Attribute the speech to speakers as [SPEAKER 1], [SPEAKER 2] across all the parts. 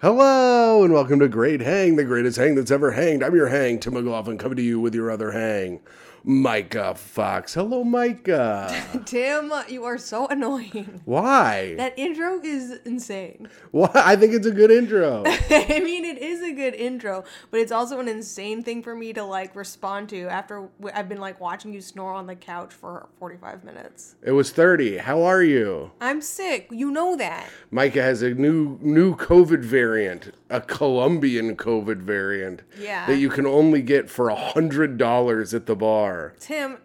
[SPEAKER 1] Hello and welcome to Great Hang, the greatest hang that's ever hanged. I'm your hang, Tim McLaughlin, coming to you with your other hang, Micah Fox. Hello, Micah.
[SPEAKER 2] Tim, you are so annoying.
[SPEAKER 1] Why?
[SPEAKER 2] That intro is insane.
[SPEAKER 1] Why? I think it's a good intro.
[SPEAKER 2] I mean, it is a good intro, but it's also an insane thing for me to like respond to after w- I've been like watching you snore on the couch for 45 minutes.
[SPEAKER 1] It was 30. How are you?
[SPEAKER 2] I'm sick. You know that.
[SPEAKER 1] Micah has a new new COVID variant, a Colombian COVID variant
[SPEAKER 2] Yeah.
[SPEAKER 1] that you can only get for a hundred dollars at the bar.
[SPEAKER 2] Tim,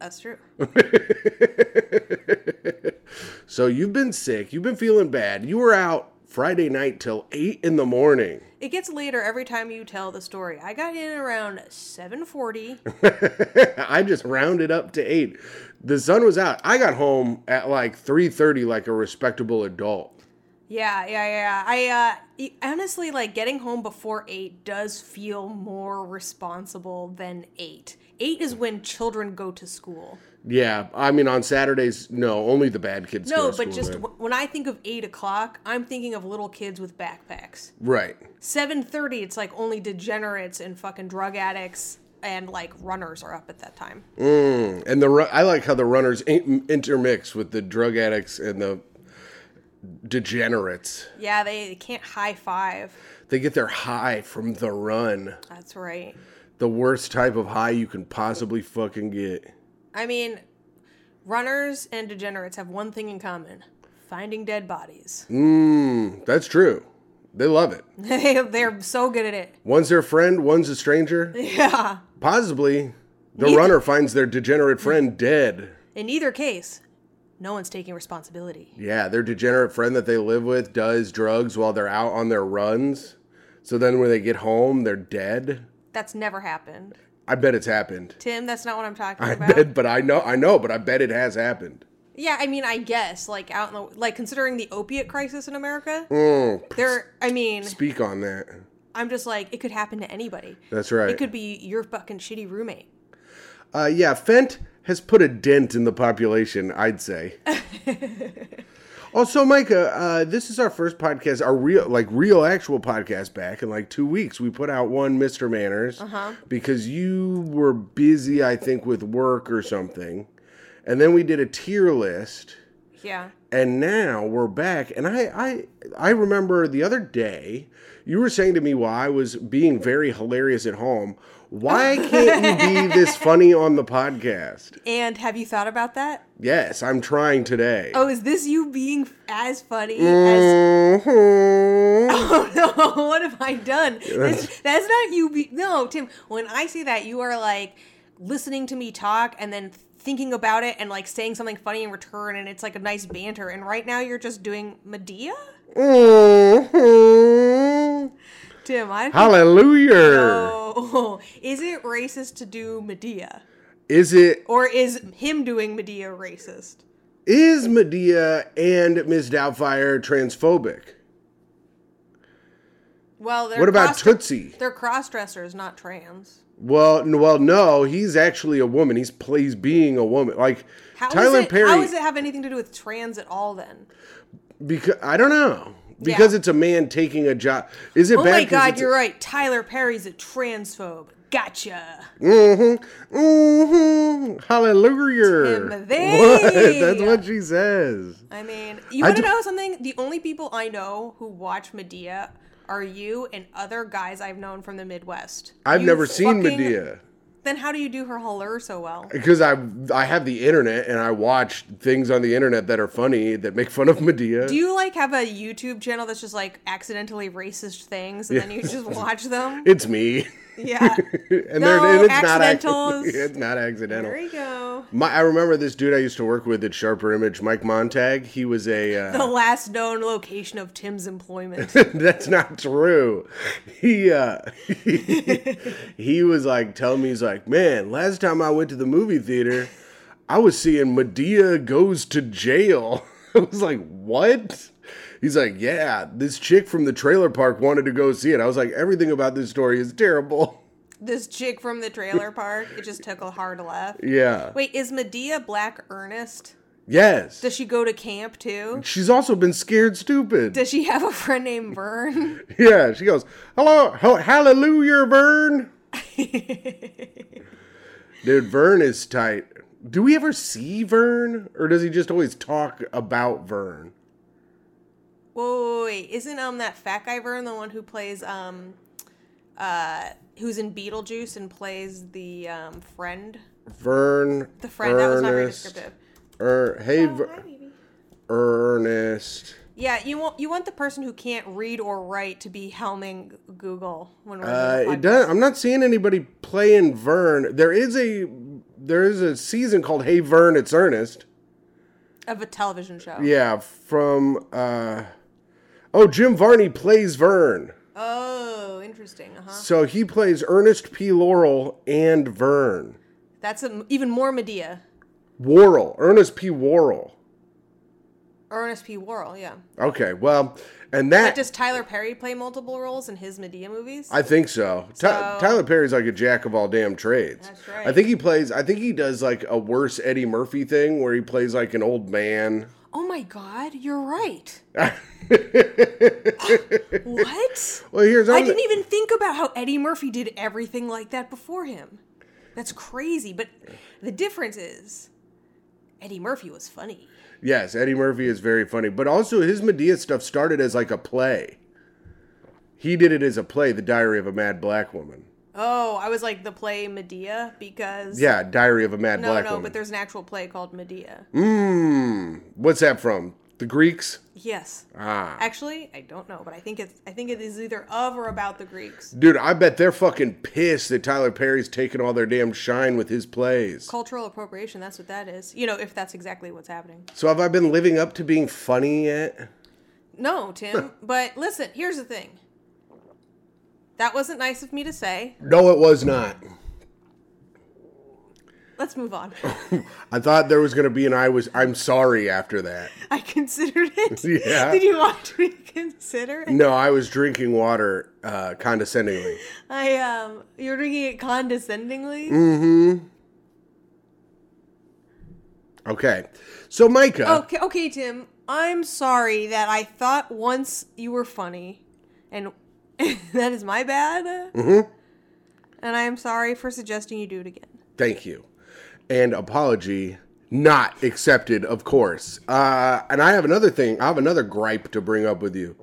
[SPEAKER 2] that's true.
[SPEAKER 1] So you've been sick. You've been feeling bad. You were out Friday night till eight in the morning.
[SPEAKER 2] It gets later every time you tell the story. I got in around 7:40.
[SPEAKER 1] I just rounded up to eight. The sun was out. I got home at like three thirty, like a respectable adult.
[SPEAKER 2] Yeah, yeah, yeah. I uh, e- honestly like getting home before eight does feel more responsible than eight. Eight is when children go to school.
[SPEAKER 1] Yeah, I mean on Saturdays, no, only the bad kids. go
[SPEAKER 2] No,
[SPEAKER 1] to
[SPEAKER 2] but
[SPEAKER 1] school
[SPEAKER 2] just
[SPEAKER 1] then.
[SPEAKER 2] w- when I think of eight o'clock, I'm thinking of little kids with backpacks.
[SPEAKER 1] right.
[SPEAKER 2] Seven thirty, it's like only degenerates and fucking drug addicts and like runners are up at that time.
[SPEAKER 1] And the ru- I like how the runners in- intermix with the drug addicts and the degenerates.
[SPEAKER 2] Yeah, they, they can't high five.
[SPEAKER 1] They get their high from the run,
[SPEAKER 2] That's right.
[SPEAKER 1] the worst type of high you can possibly fucking get.
[SPEAKER 2] I mean, runners and degenerates have one thing in common: finding dead bodies.
[SPEAKER 1] Mmm, that's true. They love it.
[SPEAKER 2] They, they're so good at it.
[SPEAKER 1] One's their friend, one's a stranger.
[SPEAKER 2] Yeah.
[SPEAKER 1] Possibly, the runner finds their degenerate friend dead.
[SPEAKER 2] In either case, no one's taking responsibility.
[SPEAKER 1] Yeah, their degenerate friend that they live with does drugs while they're out on their runs. So then when they get home, they're dead.
[SPEAKER 2] That's never happened.
[SPEAKER 1] I bet it's happened.
[SPEAKER 2] Tim, that's not what I'm talking
[SPEAKER 1] I
[SPEAKER 2] about.
[SPEAKER 1] bet, but I know, I know, but I bet it has happened.
[SPEAKER 2] Yeah, I mean, I guess like out in the like considering the opiate crisis in America,
[SPEAKER 1] Mm,
[SPEAKER 2] there. I mean,
[SPEAKER 1] speak on that.
[SPEAKER 2] I'm just like it could happen to anybody.
[SPEAKER 1] That's right.
[SPEAKER 2] It could be your fucking shitty roommate.
[SPEAKER 1] Uh, yeah, Fent has put a dent in the population, I'd say. also, Micah, uh, this is our first podcast, our real, like real, actual podcast back in like two weeks. We put out one, Mister Manners, because you were busy, I think, with work or something, and then we did a tier list
[SPEAKER 2] Yeah.
[SPEAKER 1] and now we're back and I, I i remember the other day you were saying to me while i was being very hilarious at home why can't you be this funny on the podcast
[SPEAKER 2] And have you thought about that?
[SPEAKER 1] yes i'm trying today
[SPEAKER 2] Oh, is this you being as funny
[SPEAKER 1] Mm. Mhm.
[SPEAKER 2] as? Oh no! What have I done? That's, that's not you. Be- no, Tim. When I say that, you are like listening to me talk and then thinking about it and like saying something funny in return, and it's like a nice banter. And right now, you're just doing Medea.
[SPEAKER 1] Mhm.
[SPEAKER 2] Tim, I think-
[SPEAKER 1] hallelujah
[SPEAKER 2] Oh, is it racist to do Medea?
[SPEAKER 1] is it
[SPEAKER 2] Or is him doing Medea racist?
[SPEAKER 1] is medea and ms doubtfire transphobic
[SPEAKER 2] Well, they're
[SPEAKER 1] what about
[SPEAKER 2] cross-
[SPEAKER 1] tootsie
[SPEAKER 2] They're cross dressers, not trans.
[SPEAKER 1] Well, n- well, no, he's actually a woman. He's plays being a woman. Like
[SPEAKER 2] How is
[SPEAKER 1] Tyler
[SPEAKER 2] it,
[SPEAKER 1] Perry,
[SPEAKER 2] How does it have anything to do with trans at all then?
[SPEAKER 1] because I don't know because it's a man taking a job. Is it
[SPEAKER 2] Oh
[SPEAKER 1] bad?
[SPEAKER 2] my
[SPEAKER 1] 'cause
[SPEAKER 2] god,
[SPEAKER 1] it's-
[SPEAKER 2] you're right. Tyler Perry's a transphobe. Gotcha.
[SPEAKER 1] Mhm, mhm, hallelujah.
[SPEAKER 2] Timothy.
[SPEAKER 1] What? That's what she says.
[SPEAKER 2] I mean, you want to
[SPEAKER 1] d-
[SPEAKER 2] know something? The only people I know who watch Medea are you and other guys I've known from the Midwest.
[SPEAKER 1] I've
[SPEAKER 2] You
[SPEAKER 1] never seen
[SPEAKER 2] fucking-
[SPEAKER 1] Medea
[SPEAKER 2] Then how do you do her holler so well?
[SPEAKER 1] because I I have the internet and I watch things on the internet that are funny that make fun of Medea.
[SPEAKER 2] Do you like have a YouTube channel that's just like accidentally racist things and then you just watch them?
[SPEAKER 1] it's me.
[SPEAKER 2] Yeah.
[SPEAKER 1] and
[SPEAKER 2] No,
[SPEAKER 1] they're, and it's not accidental.
[SPEAKER 2] accidentals.
[SPEAKER 1] It's not accidental.
[SPEAKER 2] There you go.
[SPEAKER 1] My, I remember this dude I used to work with at Sharper Image, Mike Montag. He was a.
[SPEAKER 2] The
[SPEAKER 1] Uh,
[SPEAKER 2] last known location of Tim's employment.
[SPEAKER 1] that's not true. He uh, he, was like telling me he's like, man, last time I went to the movie theater, I was seeing Medea goes to jail. I was like, what? He's like, yeah, this chick from the trailer park wanted to go see it. I was like, everything about this story is terrible.
[SPEAKER 2] this chick from the trailer park, it just took a hard left.
[SPEAKER 1] Yeah.
[SPEAKER 2] Wait, is Medea Black Ernest?
[SPEAKER 1] Yes.
[SPEAKER 2] Does she go to camp too?
[SPEAKER 1] She's also been scared stupid.
[SPEAKER 2] Does she have a friend named Vern?
[SPEAKER 1] yeah, she goes, "Hello, ho- hallelujah, Vern." Dude, Vern is tight. Do we ever see Vern, or does he just always talk about Vern?
[SPEAKER 2] Whoa, wait, wait, isn't um that fat guy Vern the one who plays um uh who's in Beetlejuice and plays the um friend?
[SPEAKER 1] Vern.
[SPEAKER 2] The friend that was not very
[SPEAKER 1] Ernest,
[SPEAKER 2] descriptive.
[SPEAKER 1] Er, hey, Ver- Ernest.
[SPEAKER 2] Yeah, you want you want the person who can't read or write to be helming Google when we're
[SPEAKER 1] Uh,
[SPEAKER 2] doing the
[SPEAKER 1] it
[SPEAKER 2] podcast.
[SPEAKER 1] does. I'm not seeing anybody playing Vern. There is a there is a season called Hey Vern, it's Ernest.
[SPEAKER 2] of a television show.
[SPEAKER 1] Yeah, from uh, oh Jim Varney plays Vern.
[SPEAKER 2] Oh, interesting. Uh huh.
[SPEAKER 1] So he plays Ernest P. Laurel and Vern.
[SPEAKER 2] That's a, even more Medea.
[SPEAKER 1] Worrell. Ernest P. Worrell.
[SPEAKER 2] Ernest P. Worrell, yeah.
[SPEAKER 1] Okay, well, and that,
[SPEAKER 2] But does Tyler Perry play multiple roles in his Medea movies?
[SPEAKER 1] I think so. Ty-
[SPEAKER 2] So-
[SPEAKER 1] Tyler Perry's like a jack of all damn trades.
[SPEAKER 2] That's right.
[SPEAKER 1] I think he plays. I think he does like a worse Eddie Murphy thing where he plays like an old man.
[SPEAKER 2] oh my God, you're right. what?
[SPEAKER 1] Well, here's
[SPEAKER 2] I
[SPEAKER 1] another-
[SPEAKER 2] didn't even think about how Eddie Murphy did everything like that before him. That's crazy. But the difference is Eddie Murphy was funny.
[SPEAKER 1] Yes, Eddie Murphy is very funny, but also his Medea stuff started as like a play. He did it as a play, The Diary of a Mad Black Woman.
[SPEAKER 2] Oh, I was like the play Medea because
[SPEAKER 1] Yeah, Diary of a Mad
[SPEAKER 2] no,
[SPEAKER 1] Black
[SPEAKER 2] no,
[SPEAKER 1] Woman. Hmm?
[SPEAKER 2] but there's an actual play called Medea.
[SPEAKER 1] Mmm. What's that from? The Greeks?
[SPEAKER 2] Yes,
[SPEAKER 1] Ah.
[SPEAKER 2] actually, I don't know, but I think it's I think it is either of or about the Greeks.
[SPEAKER 1] Dude, I bet they're fucking pissed that Tyler Perry's taking all their damn shine with his plays.
[SPEAKER 2] Cultural appropriation. That's what that is. You know, if that's exactly what's happening.
[SPEAKER 1] So have I been living up to being funny yet?
[SPEAKER 2] No, Tim. but listen, here's the thing. That wasn't nice of me to say.
[SPEAKER 1] No, it was not.
[SPEAKER 2] Let's move on.
[SPEAKER 1] I thought there was gonna be an I was I'm sorry after that.
[SPEAKER 2] I considered it.
[SPEAKER 1] Yeah.
[SPEAKER 2] Did you want me to consider it?
[SPEAKER 1] No, I was drinking water uh, condescendingly.
[SPEAKER 2] I um, you're drinking it condescendingly.
[SPEAKER 1] Mm. Okay. So Micah
[SPEAKER 2] Okay, okay, Tim. I'm sorry that I thought once you were funny, and that is my bad. Mm-hmm. And I am sorry for suggesting you do it again.
[SPEAKER 1] Thank you. And apology not accepted, of course. Uh, and I have another thing. I have another gripe to bring up with you.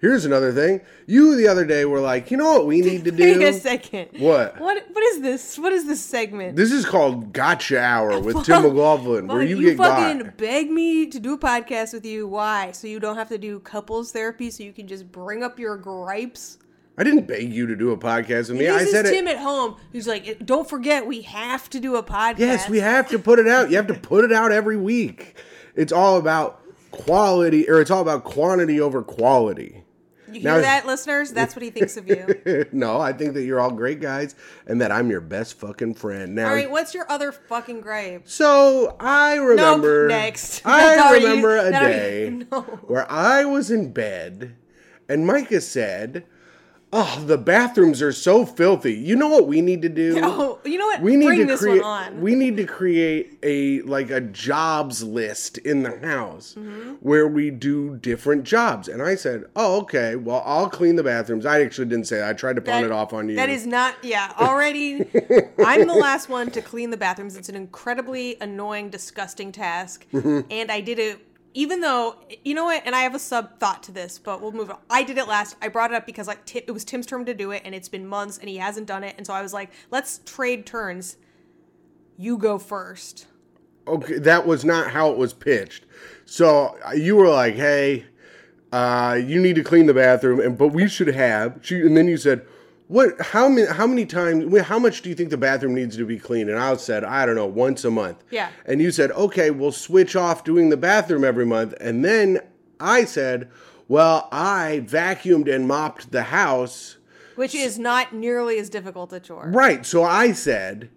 [SPEAKER 1] Here's another thing. You the other day were like, you know what we need to
[SPEAKER 2] Wait
[SPEAKER 1] do?
[SPEAKER 2] a second.
[SPEAKER 1] What?
[SPEAKER 2] What? What is this? What is this segment?
[SPEAKER 1] This is called Gotcha Hour with Tim McLaughlin, where
[SPEAKER 2] Fuck,
[SPEAKER 1] you, get
[SPEAKER 2] fucking
[SPEAKER 1] got.
[SPEAKER 2] beg me to do a podcast with you. Why? So you don't have to do couples therapy. So you can just bring up your gripes.
[SPEAKER 1] I didn't beg you to do a podcast with me.
[SPEAKER 2] this
[SPEAKER 1] I said
[SPEAKER 2] is
[SPEAKER 1] it.
[SPEAKER 2] Tim at home. Who's like, don't forget, we have to do a podcast.
[SPEAKER 1] Yes, we have to put it out. You have to put it out every week. It's all about quality, or it's all about quantity over quality.
[SPEAKER 2] You
[SPEAKER 1] Now-
[SPEAKER 2] hear that, listeners? That's what he thinks of you.
[SPEAKER 1] no, I think that you're all great guys and that I'm your best fucking friend. Now,
[SPEAKER 2] All right, what's your other fucking gripe?
[SPEAKER 1] so I remember
[SPEAKER 2] next. That's
[SPEAKER 1] I
[SPEAKER 2] already-
[SPEAKER 1] remember a
[SPEAKER 2] that already-
[SPEAKER 1] day
[SPEAKER 2] no.
[SPEAKER 1] where I was in bed and Micah said, "Oh, the bathrooms are so filthy. You know what we need to do?
[SPEAKER 2] Oh, you know what?
[SPEAKER 1] We need
[SPEAKER 2] Bring
[SPEAKER 1] to
[SPEAKER 2] this
[SPEAKER 1] create.
[SPEAKER 2] one on.
[SPEAKER 1] We need to create a like a jobs list in the house
[SPEAKER 2] Mm-hmm.
[SPEAKER 1] where we do different jobs." And I said, "Oh, okay. Well, I'll clean the bathrooms." I actually didn't say that. I tried to pawn it
[SPEAKER 2] That-
[SPEAKER 1] off on you.
[SPEAKER 2] That is not, yeah, already. I'm the last one to clean the bathrooms. It's an incredibly annoying, disgusting task.
[SPEAKER 1] Mm-hmm.
[SPEAKER 2] And I did it, even though, you know what? And I have a sub thought to this, but we'll move on. I did it last. I brought it up because, like, Ti- it was Tim's turn to do it, and it's been months, and he hasn't done it. And so I was like, let's trade turns. You go first.
[SPEAKER 1] okay that was not how it was pitched so uh, you were like hey uh, you need to clean the bathroom and but we should have she, and then you said what how many how many times wh- how much do you think the bathroom needs to be cleaned and i said i don't know once a month
[SPEAKER 2] Yeah.
[SPEAKER 1] and you said okay we'll switch off doing the bathroom every month and then i said well i vacuumed and mopped the house
[SPEAKER 2] Which is not nearly as difficult a chore.
[SPEAKER 1] Right. So I said,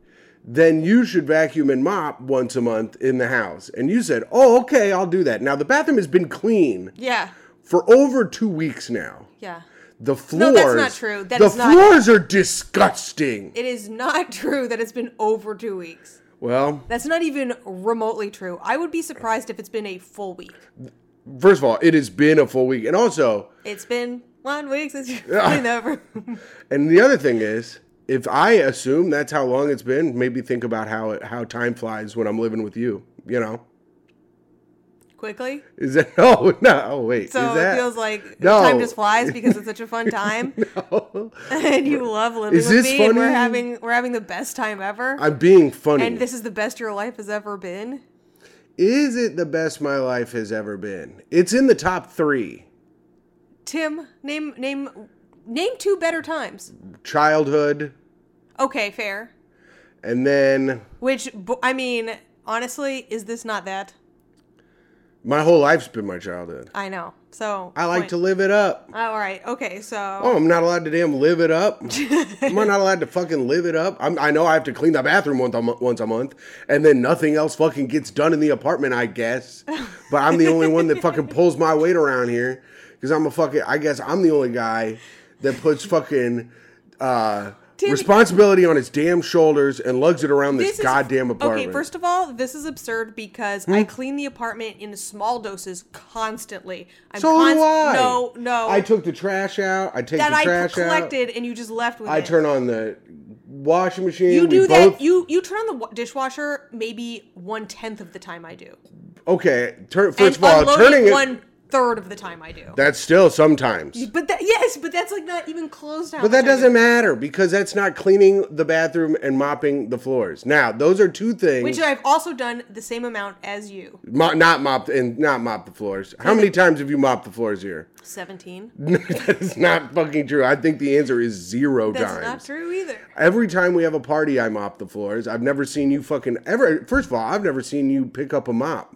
[SPEAKER 1] then you should vacuum and mop once a month in the house. And you said, oh, okay, I'll do that. Now, the bathroom has been clean
[SPEAKER 2] Yeah.
[SPEAKER 1] for over two weeks now.
[SPEAKER 2] Yeah.
[SPEAKER 1] The floors.
[SPEAKER 2] No, that's not true. That
[SPEAKER 1] the
[SPEAKER 2] is not-
[SPEAKER 1] floors are disgusting.
[SPEAKER 2] It is not true that it's been over two weeks.
[SPEAKER 1] Well,
[SPEAKER 2] That's not even remotely true. I would be surprised if it's been a full week.
[SPEAKER 1] first of all, it has been a full week, and also,
[SPEAKER 2] It's been one week since you've been over.
[SPEAKER 1] and the other thing is, if I assume that's how long it's been, maybe think about how it, how time flies when I'm living with you. You know,
[SPEAKER 2] Quickly.
[SPEAKER 1] is that? Oh no! Oh wait,
[SPEAKER 2] So
[SPEAKER 1] is that?
[SPEAKER 2] it feels like
[SPEAKER 1] No.
[SPEAKER 2] time just flies because it's such a fun time.
[SPEAKER 1] no.
[SPEAKER 2] and you love living
[SPEAKER 1] Is
[SPEAKER 2] with
[SPEAKER 1] this
[SPEAKER 2] me and we're
[SPEAKER 1] funny?
[SPEAKER 2] having we're having the best time ever.
[SPEAKER 1] I'm being funny.
[SPEAKER 2] and this is the best your life has ever been.
[SPEAKER 1] is it the best my life has ever been? It's in the top three:
[SPEAKER 2] Tim, name name name two better times.
[SPEAKER 1] childhood,
[SPEAKER 2] Okay, fair.
[SPEAKER 1] and then
[SPEAKER 2] Which bo- I mean, honestly, is this not that?
[SPEAKER 1] my whole life's been my childhood.
[SPEAKER 2] I know. So
[SPEAKER 1] I like to live it up.
[SPEAKER 2] All right. Okay. So
[SPEAKER 1] Oh, I'm not allowed to damn live it up. Am I not allowed to fucking live it up? I'm, I know I have to clean the bathroom once a, mo- once a month, and then nothing else fucking gets done in the apartment, I guess. But I'm the only one that fucking pulls my weight around here because I'm a fucking. I guess I'm the only guy that puts fucking uh,
[SPEAKER 2] Tim-
[SPEAKER 1] responsibility on his damn shoulders and lugs it around this,
[SPEAKER 2] is-
[SPEAKER 1] goddamn apartment. Hmm.
[SPEAKER 2] Okay, first of all, this is absurd because I clean the apartment in small doses constantly. I'm
[SPEAKER 1] so do
[SPEAKER 2] const-
[SPEAKER 1] I.
[SPEAKER 2] No, no.
[SPEAKER 1] I took the trash out. I take
[SPEAKER 2] that
[SPEAKER 1] the
[SPEAKER 2] I
[SPEAKER 1] trash out.
[SPEAKER 2] collected and you just left with
[SPEAKER 1] I
[SPEAKER 2] it.
[SPEAKER 1] turn on the washing machine.
[SPEAKER 2] You
[SPEAKER 1] We
[SPEAKER 2] do that.
[SPEAKER 1] both-
[SPEAKER 2] You you turn on the wa- dishwasher maybe one tenth of the time I do.
[SPEAKER 1] okay. Turn, first of
[SPEAKER 2] and
[SPEAKER 1] all,
[SPEAKER 2] unload it
[SPEAKER 1] turning it.
[SPEAKER 2] one third of the time I do.
[SPEAKER 1] That's still sometimes.
[SPEAKER 2] but that yes, but that's like not even close down.
[SPEAKER 1] But that doesn't matter because that's not cleaning the bathroom and mopping the floors. Now, those are two things.
[SPEAKER 2] Which I've also done the same amount as you.
[SPEAKER 1] Mo- not mop and not mop the floors. How many times have you mopped the floors here?
[SPEAKER 2] Seventeen.
[SPEAKER 1] that is not fucking true. I think the answer is zero
[SPEAKER 2] That's
[SPEAKER 1] times.
[SPEAKER 2] not true either.
[SPEAKER 1] Every time we have a party, I mop the floors. I've never seen you fucking ever. First of all, I've never seen you pick up a mop.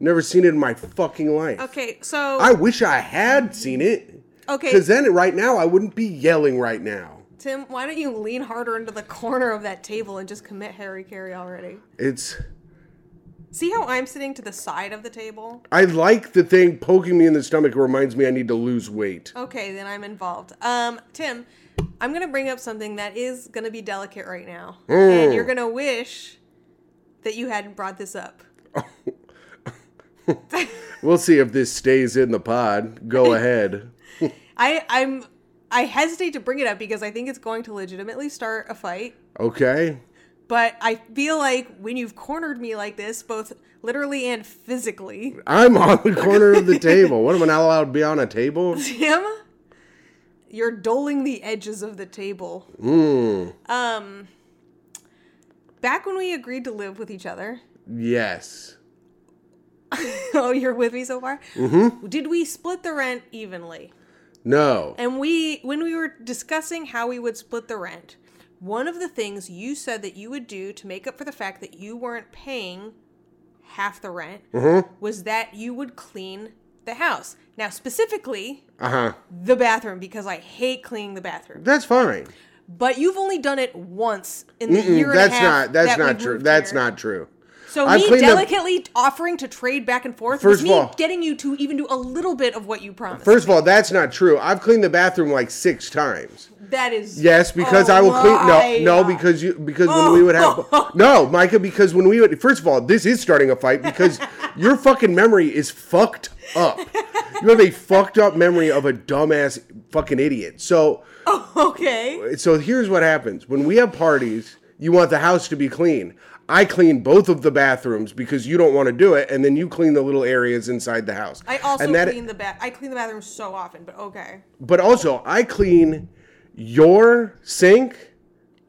[SPEAKER 1] Never seen it in my fucking life.
[SPEAKER 2] Okay, so
[SPEAKER 1] I wish I had seen it.
[SPEAKER 2] okay,
[SPEAKER 1] Because then, right now, I wouldn't be yelling right now.
[SPEAKER 2] Tim, why don't you lean harder into the corner of that table and just commit Harry Carey already?
[SPEAKER 1] It's.
[SPEAKER 2] See how I'm sitting to the side of the table?
[SPEAKER 1] I like the thing poking me in the stomach. It reminds me I need to lose weight.
[SPEAKER 2] Okay, then I'm involved. Um, Tim, I'm gonna bring up something that is gonna be delicate right now, and you're gonna wish that you hadn't brought this up.
[SPEAKER 1] We'll see if this stays in the pod. Go ahead.
[SPEAKER 2] I I'm I hesitate to bring it up because I think it's going to legitimately start a fight.
[SPEAKER 1] Okay.
[SPEAKER 2] But I feel like when you've cornered me like this, both literally and physically,
[SPEAKER 1] I'm on the corner of the table. What am I not allowed to be on a table?
[SPEAKER 2] Tim, you're doling the edges of the table. Um, back when we agreed to live with each other,
[SPEAKER 1] Yes.
[SPEAKER 2] oh, you're with me so far. Mm-hmm. Did we split the rent evenly?
[SPEAKER 1] No.
[SPEAKER 2] And we, when we were discussing how we would split the rent, one of the things you said that you would do to make up for the fact that you weren't paying half the rent was that you would clean the house. Now, specifically,
[SPEAKER 1] Uh huh.
[SPEAKER 2] the bathroom, because I hate cleaning the bathroom.
[SPEAKER 1] That's fine.
[SPEAKER 2] But you've only done it once in the year
[SPEAKER 1] Mm,
[SPEAKER 2] and a
[SPEAKER 1] That's
[SPEAKER 2] half.
[SPEAKER 1] not. That's
[SPEAKER 2] that
[SPEAKER 1] not
[SPEAKER 2] we've
[SPEAKER 1] true.
[SPEAKER 2] moved
[SPEAKER 1] That's
[SPEAKER 2] here.
[SPEAKER 1] not true.
[SPEAKER 2] So
[SPEAKER 1] I've
[SPEAKER 2] me
[SPEAKER 1] cleaned up-
[SPEAKER 2] delicately offering to trade back and forth
[SPEAKER 1] First
[SPEAKER 2] was
[SPEAKER 1] of
[SPEAKER 2] me
[SPEAKER 1] all-
[SPEAKER 2] getting you to even do a little bit of what you promised.
[SPEAKER 1] First of all, that's not true. I've cleaned the bathroom like six times.
[SPEAKER 2] that is
[SPEAKER 1] Yes, because
[SPEAKER 2] a
[SPEAKER 1] I will
[SPEAKER 2] lie.
[SPEAKER 1] clean. No, no, because you because
[SPEAKER 2] Oh.
[SPEAKER 1] when we would have no, Micah, because when we would first of all, this is starting a fight because your fucking memory is fucked up. You have a fucked up memory of a dumbass fucking idiot. So
[SPEAKER 2] okay.
[SPEAKER 1] so here's what happens when we have parties. You want the house to be clean. I clean both of the bathrooms because you don't want to do it, and then you clean the little areas inside the house.
[SPEAKER 2] I also
[SPEAKER 1] and that,
[SPEAKER 2] clean the bath. I clean the bathroom so often, but okay.
[SPEAKER 1] but also I clean your sink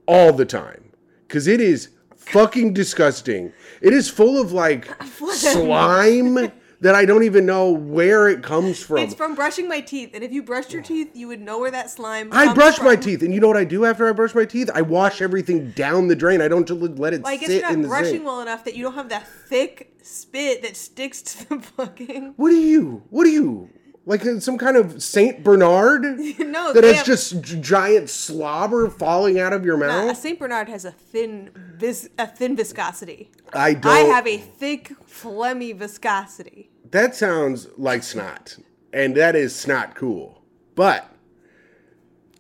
[SPEAKER 1] all the time because it is fucking disgusting. It is full of like slime that I don't even know where it comes from.
[SPEAKER 2] It's from brushing my teeth, and if you brushed your teeth, you would know where that slime.
[SPEAKER 1] I
[SPEAKER 2] comes
[SPEAKER 1] brush
[SPEAKER 2] from.
[SPEAKER 1] my teeth, and you know what I do after I brush my teeth? I wash everything down the drain. I don't just let it
[SPEAKER 2] I guess
[SPEAKER 1] sit
[SPEAKER 2] you're
[SPEAKER 1] in
[SPEAKER 2] not
[SPEAKER 1] the
[SPEAKER 2] brushing
[SPEAKER 1] sink.
[SPEAKER 2] well enough that you don't have that thick spit that sticks to the fucking.
[SPEAKER 1] What are you? What are you? Like uh, some kind of Saint Bernard
[SPEAKER 2] No,
[SPEAKER 1] that
[SPEAKER 2] they
[SPEAKER 1] has
[SPEAKER 2] have-
[SPEAKER 1] just g- giant slobber falling out of your
[SPEAKER 2] Uh,
[SPEAKER 1] mouth.
[SPEAKER 2] a Saint Bernard has a thin vis- a thin viscosity.
[SPEAKER 1] I don't.
[SPEAKER 2] I have a thick, phlegmy viscosity.
[SPEAKER 1] That sounds like snot, and that is snot cool. But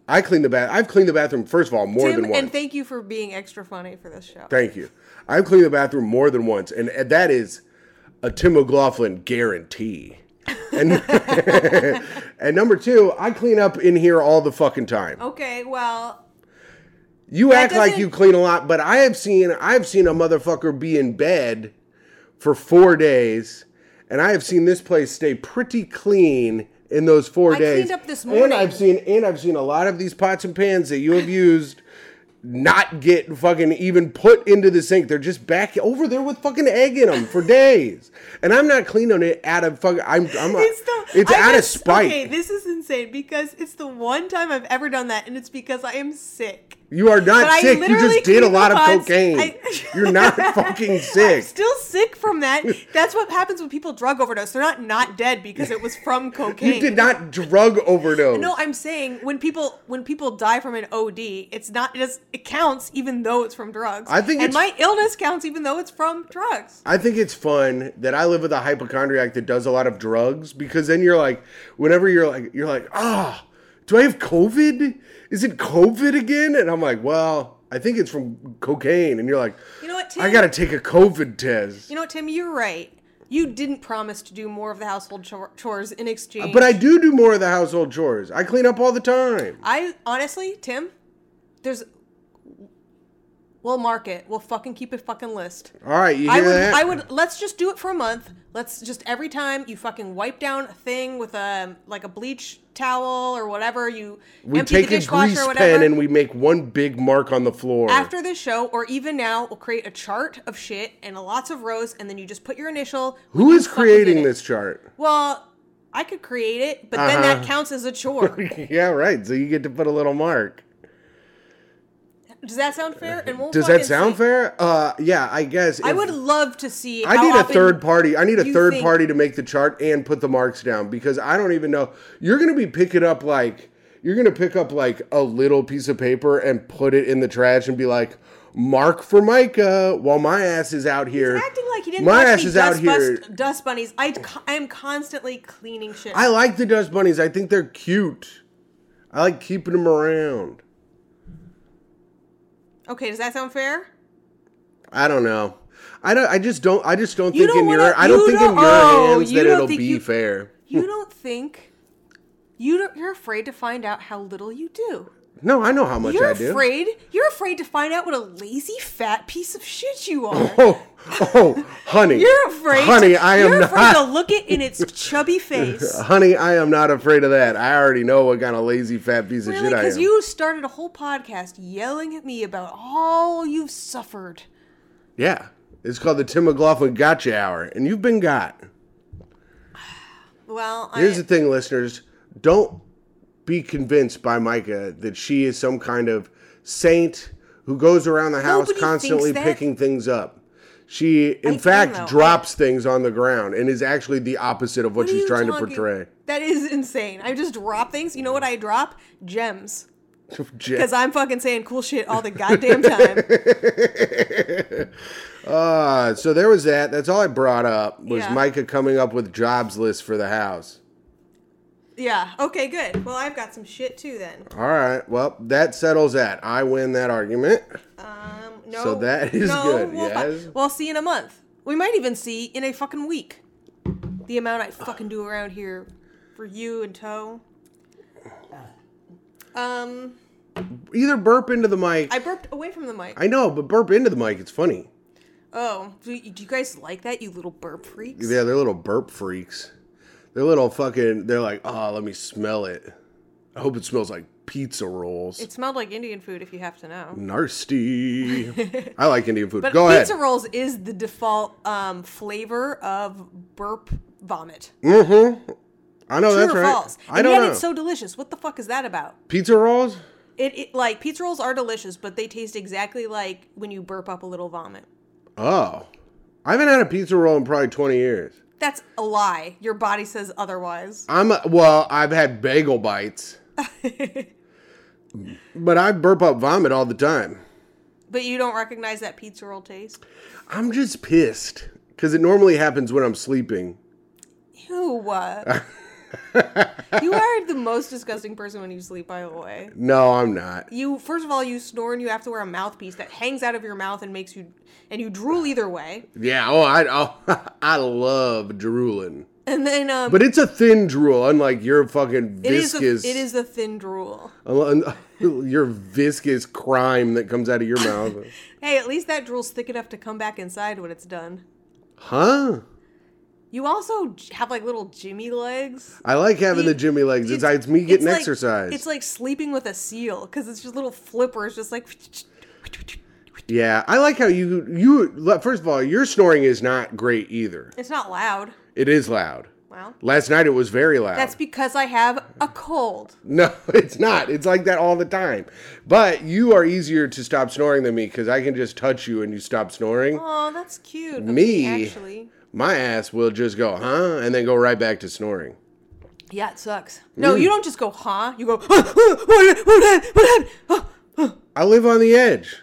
[SPEAKER 1] I clean the bath. I've cleaned the bathroom first of all more
[SPEAKER 2] Tim,
[SPEAKER 1] than once.
[SPEAKER 2] and thank you for being extra funny for this show.
[SPEAKER 1] Thank you. I've cleaned the bathroom more than once, and and that is a Tim McLaughlin guarantee. And and number two, I clean up in here all the fucking time.
[SPEAKER 2] Okay, well,
[SPEAKER 1] You
[SPEAKER 2] That
[SPEAKER 1] act like you
[SPEAKER 2] doesn't-
[SPEAKER 1] clean a lot, but I have seen I've seen a motherfucker be in bed for four days, and I have seen this place stay pretty clean in those four
[SPEAKER 2] I
[SPEAKER 1] days.
[SPEAKER 2] cleaned up this morning.
[SPEAKER 1] and I've seen and I've seen a lot of these pots and pans that you have used not get fucking even put into the sink. They're just back over there with fucking egg in them for days, and I'm not cleaning it out of fucking. I'm. I'm
[SPEAKER 2] it's the
[SPEAKER 1] it's
[SPEAKER 2] I
[SPEAKER 1] out
[SPEAKER 2] just-
[SPEAKER 1] of spite.
[SPEAKER 2] Okay, this is insane because it's the one time I've ever done that, and it's because I am sick.
[SPEAKER 1] You are
[SPEAKER 2] But I
[SPEAKER 1] not sick. You
[SPEAKER 2] literally
[SPEAKER 1] just did a
[SPEAKER 2] cleaned
[SPEAKER 1] lot
[SPEAKER 2] the
[SPEAKER 1] of
[SPEAKER 2] pots.
[SPEAKER 1] cocaine.
[SPEAKER 2] I-
[SPEAKER 1] You're not fucking
[SPEAKER 2] I'm
[SPEAKER 1] sick.
[SPEAKER 2] still sick from that. That's what happens when people drug overdose. They're not not dead because it was from cocaine.
[SPEAKER 1] You did not drug overdose.
[SPEAKER 2] No, I'm saying when people when people die from an OD, it's not it, is, it counts even though it's from drugs.
[SPEAKER 1] I think
[SPEAKER 2] and
[SPEAKER 1] it's-
[SPEAKER 2] my illness counts even though it's from drugs.
[SPEAKER 1] I think it's fun that I live with a hypochondriac that does a lot of drugs because then you're like, whenever you're like, you're like, ah, do I have COVID? Is it COVID again? And I'm like, well, I think it's from cocaine. And you're like,
[SPEAKER 2] You know what, Tim?
[SPEAKER 1] I got to take a COVID test.
[SPEAKER 2] You know what, Tim? You're right. You didn't promise to do more of the household chor- chores in exchange.
[SPEAKER 1] But I do do more of the household chores. I clean up all the time.
[SPEAKER 2] I honestly, Tim, there's. We'll mark it. We'll fucking keep a fucking list.
[SPEAKER 1] All right, you hear
[SPEAKER 2] I would,
[SPEAKER 1] that?
[SPEAKER 2] I would. Let's just do it for a month. Let's just every time you fucking wipe down a thing with a like a bleach towel or whatever you
[SPEAKER 1] we
[SPEAKER 2] empty
[SPEAKER 1] take
[SPEAKER 2] the
[SPEAKER 1] a
[SPEAKER 2] dishwasher
[SPEAKER 1] grease
[SPEAKER 2] or whatever.
[SPEAKER 1] pen and we make one big mark on the floor.
[SPEAKER 2] after this show, or even now, we'll create a chart of shit and lots of rows, and then you just put your initial. when
[SPEAKER 1] Who
[SPEAKER 2] you
[SPEAKER 1] is
[SPEAKER 2] fucking did
[SPEAKER 1] creating
[SPEAKER 2] it.
[SPEAKER 1] this chart?
[SPEAKER 2] Well, I could create it, but then
[SPEAKER 1] Uh-huh.
[SPEAKER 2] that counts as a chore.
[SPEAKER 1] yeah, right. So you get to put a little mark.
[SPEAKER 2] Does that sound fair? And we'll
[SPEAKER 1] Does
[SPEAKER 2] fucking
[SPEAKER 1] that sound
[SPEAKER 2] see.
[SPEAKER 1] fair? Uh, yeah, I guess.
[SPEAKER 2] I
[SPEAKER 1] if-
[SPEAKER 2] would love to see.
[SPEAKER 1] I
[SPEAKER 2] how
[SPEAKER 1] need a
[SPEAKER 2] often
[SPEAKER 1] third party. I need a
[SPEAKER 2] you
[SPEAKER 1] third
[SPEAKER 2] think-
[SPEAKER 1] party to make the chart and put the marks down because I don't even know. You're going to be picking up like you're going to pick up like a little piece of paper and put it in the trash and be like. Mark for Micah while my ass is out here.
[SPEAKER 2] Acting like you didn't
[SPEAKER 1] My
[SPEAKER 2] watch
[SPEAKER 1] ass
[SPEAKER 2] me
[SPEAKER 1] is out
[SPEAKER 2] dust,
[SPEAKER 1] here.
[SPEAKER 2] bust, dust bunnies. I, I am constantly cleaning shit.
[SPEAKER 1] I like the dust bunnies. I think they're cute. I like keeping them around.
[SPEAKER 2] okay, does that sound fair?
[SPEAKER 1] Hmm. I don't know. I don't. I just don't. I just don't
[SPEAKER 2] You
[SPEAKER 1] think
[SPEAKER 2] don't
[SPEAKER 1] in your.
[SPEAKER 2] wanna-
[SPEAKER 1] I don't
[SPEAKER 2] you
[SPEAKER 1] think in
[SPEAKER 2] don't-
[SPEAKER 1] your
[SPEAKER 2] oh,
[SPEAKER 1] hands
[SPEAKER 2] you
[SPEAKER 1] that
[SPEAKER 2] don't
[SPEAKER 1] it'll be
[SPEAKER 2] think you-
[SPEAKER 1] fair.
[SPEAKER 2] You don't think you don't, you're afraid to find out how little you do.
[SPEAKER 1] No, I know how much
[SPEAKER 2] You're
[SPEAKER 1] I do.
[SPEAKER 2] afraid. You're afraid to find out what a lazy fat piece of shit you are.
[SPEAKER 1] Oh, oh, honey.
[SPEAKER 2] You're afraid.
[SPEAKER 1] Honey,
[SPEAKER 2] to,
[SPEAKER 1] I am
[SPEAKER 2] You're afraid
[SPEAKER 1] not.
[SPEAKER 2] to look it in its chubby face.
[SPEAKER 1] Honey, I am not afraid of that. I already know what kind of lazy fat piece of
[SPEAKER 2] Really,
[SPEAKER 1] shit I
[SPEAKER 2] because
[SPEAKER 1] am.
[SPEAKER 2] you started a whole podcast yelling at me about all you've suffered.
[SPEAKER 1] yeah, it's called the Tim McLaughlin Gotcha Hour, and you've been got.
[SPEAKER 2] Well,
[SPEAKER 1] Here's
[SPEAKER 2] I,
[SPEAKER 1] the thing, listeners. Don't be convinced by Micah that she is some kind of saint who goes around the house
[SPEAKER 2] Nobody
[SPEAKER 1] constantly
[SPEAKER 2] thinks that.
[SPEAKER 1] picking things up. She, in
[SPEAKER 2] I
[SPEAKER 1] fact,
[SPEAKER 2] know.
[SPEAKER 1] drops things on the ground and is actually the opposite of what,
[SPEAKER 2] What are
[SPEAKER 1] she's
[SPEAKER 2] you
[SPEAKER 1] trying to
[SPEAKER 2] talking-
[SPEAKER 1] portray.
[SPEAKER 2] That is insane. I just drop things. You know what I drop? Gems.
[SPEAKER 1] Je-
[SPEAKER 2] Because I'm fucking saying cool shit all the goddamn time.
[SPEAKER 1] Uh, so there was that. That's all I brought up was
[SPEAKER 2] Yeah.
[SPEAKER 1] Micah coming up with jobs lists for the house.
[SPEAKER 2] yeah. Okay, good. Well, I've got some shit too then.
[SPEAKER 1] All right. Well, that settles that. I win that argument.
[SPEAKER 2] Um, no.
[SPEAKER 1] So that is
[SPEAKER 2] no,
[SPEAKER 1] good,
[SPEAKER 2] We'll, fi-
[SPEAKER 1] yes.
[SPEAKER 2] we'll see in a month. We might even see in a fucking week. The amount I fucking do around here for you and Toe. Um,
[SPEAKER 1] Either burp into the mic. I,
[SPEAKER 2] I burped away from the mic.
[SPEAKER 1] know, but burp into the mic. It's funny.
[SPEAKER 2] oh, do you, do you guys like that, you little burp freaks?
[SPEAKER 1] Yeah, they're little burp freaks. They're little fucking. They're like, oh, let me smell it. I hope it smells like pizza rolls.
[SPEAKER 2] It smelled like Indian food, if you have to know.
[SPEAKER 1] Nasty. I like Indian food.
[SPEAKER 2] But
[SPEAKER 1] Go
[SPEAKER 2] pizza
[SPEAKER 1] ahead.
[SPEAKER 2] rolls is the default um, flavor of burp vomit.
[SPEAKER 1] mm-hmm. I know
[SPEAKER 2] True
[SPEAKER 1] that's
[SPEAKER 2] or
[SPEAKER 1] right.
[SPEAKER 2] false?
[SPEAKER 1] I
[SPEAKER 2] and
[SPEAKER 1] don't
[SPEAKER 2] yet
[SPEAKER 1] know.
[SPEAKER 2] it's so delicious. What the fuck is that about?
[SPEAKER 1] pizza rolls.
[SPEAKER 2] It, it like pizza rolls are delicious, but they taste exactly like when you burp up a little vomit.
[SPEAKER 1] Oh, I haven't had a pizza roll in probably twenty years.
[SPEAKER 2] That's a lie. Your body says otherwise.
[SPEAKER 1] I'm well. I've had bagel bites, but I burp up vomit all the time.
[SPEAKER 2] But you don't recognize that pizza roll taste.
[SPEAKER 1] I'm just pissed because it normally happens when I'm sleeping.
[SPEAKER 2] Ew. uh, You are the most disgusting person when you sleep, by the way.
[SPEAKER 1] No, I'm not.
[SPEAKER 2] You first of all, you snore and you have to wear a mouthpiece that hangs out of your mouth and makes you and you drool either way.
[SPEAKER 1] Yeah. Oh, I oh, I love drooling,
[SPEAKER 2] And then um
[SPEAKER 1] but it's a thin drool, unlike your fucking
[SPEAKER 2] it is a-
[SPEAKER 1] viscous.
[SPEAKER 2] it is the thin drool.
[SPEAKER 1] unlike- your viscous crime that comes out of your mouth.
[SPEAKER 2] Hey, at least that drool's thick enough to come back inside when it's done.
[SPEAKER 1] huh?
[SPEAKER 2] You also j- have like little Jimmy legs.
[SPEAKER 1] I like having the
[SPEAKER 2] You-
[SPEAKER 1] Jimmy legs. It's, it's me getting
[SPEAKER 2] it's like-
[SPEAKER 1] exercise.
[SPEAKER 2] It's like sleeping with a seal because it's just little flippers, just like.
[SPEAKER 1] yeah, I like how you you. First of all, your snoring is not great either.
[SPEAKER 2] It's not loud.
[SPEAKER 1] It is loud.
[SPEAKER 2] Well,
[SPEAKER 1] Last night it was very loud.
[SPEAKER 2] that's because I have a cold.
[SPEAKER 1] No, it's not. It's like that all the time. But you are easier to stop snoring than me because I can just touch you and you stop snoring.
[SPEAKER 2] Oh, that's cute. of
[SPEAKER 1] Me.
[SPEAKER 2] actually.
[SPEAKER 1] My ass will just go, huh? And then go right back to snoring.
[SPEAKER 2] Yeah, it sucks. No, you don't just go, huh? You go, "Huh, huh, what, what, what, what happened? Huh."
[SPEAKER 1] I live on the edge.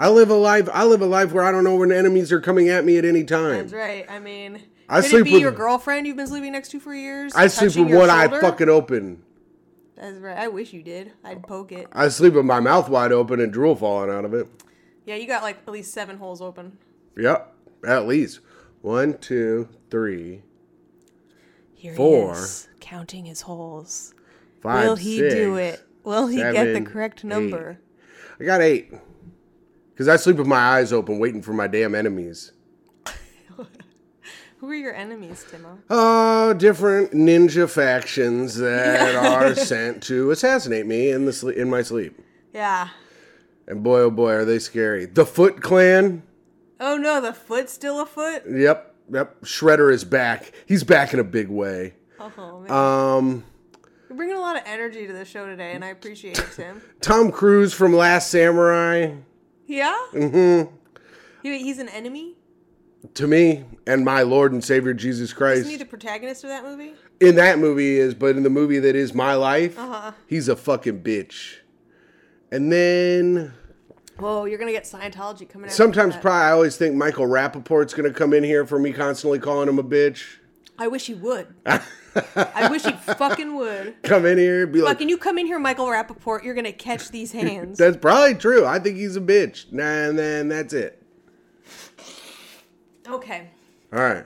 [SPEAKER 1] I live a life. I live a life where I don't know when enemies are coming at me at any time.
[SPEAKER 2] That's right. I mean,
[SPEAKER 1] I
[SPEAKER 2] could
[SPEAKER 1] sleep
[SPEAKER 2] it be
[SPEAKER 1] with-
[SPEAKER 2] your girlfriend you've been sleeping next to for years?
[SPEAKER 1] I sleep
[SPEAKER 2] touching
[SPEAKER 1] with
[SPEAKER 2] your
[SPEAKER 1] one eye
[SPEAKER 2] shoulder?
[SPEAKER 1] fucking open.
[SPEAKER 2] That's right. I wish you did. I'd poke it.
[SPEAKER 1] I sleep with my mouth wide open and drool falling out of it.
[SPEAKER 2] Yeah, you got like at least seven holes open.
[SPEAKER 1] Yep, at least one, two, three,
[SPEAKER 2] Here
[SPEAKER 1] Four.
[SPEAKER 2] he is, counting his holes.
[SPEAKER 1] five,
[SPEAKER 2] Will he do
[SPEAKER 1] six.
[SPEAKER 2] it? Will he get
[SPEAKER 1] seven,
[SPEAKER 2] the correct number?
[SPEAKER 1] I got eight. Because I sleep with my eyes open, waiting for my damn enemies.
[SPEAKER 2] Who are your enemies, Timo?
[SPEAKER 1] Uh, different ninja factions that are sent to assassinate me in the sle- in my sleep.
[SPEAKER 2] Yeah.
[SPEAKER 1] And boy, oh boy, are they scary. The Foot Clan.
[SPEAKER 2] Oh no, the foot's still a foot.
[SPEAKER 1] Yep, yep. Shredder is back. He's back in a big way.
[SPEAKER 2] Oh man,
[SPEAKER 1] Um,
[SPEAKER 2] you're bringing a lot of energy to the show today, and I appreciate it, Tim.
[SPEAKER 1] Tom Cruise from Last Samurai.
[SPEAKER 2] yeah. Mm-hmm. he's an enemy.
[SPEAKER 1] To me, and my Lord and Savior Jesus
[SPEAKER 2] Isn't he
[SPEAKER 1] Christ.
[SPEAKER 2] the protagonist of that movie?
[SPEAKER 1] In that movie he is, but in the movie that is my life,
[SPEAKER 2] Uh-huh.
[SPEAKER 1] he's a fucking bitch. And then
[SPEAKER 2] Whoa, you're gonna get Scientology coming. after
[SPEAKER 1] Sometimes,
[SPEAKER 2] that.
[SPEAKER 1] probably, I always think Michael Rappaport's going to come in here for me constantly calling him a bitch.
[SPEAKER 2] I wish he would. I wish he fucking would.
[SPEAKER 1] Come in here and be like,
[SPEAKER 2] Fucking you come in here, Michael Rappaport. You're gonna catch these hands.
[SPEAKER 1] that's probably true. I think he's a bitch. Nah, and then that's it.
[SPEAKER 2] Okay.
[SPEAKER 1] All right.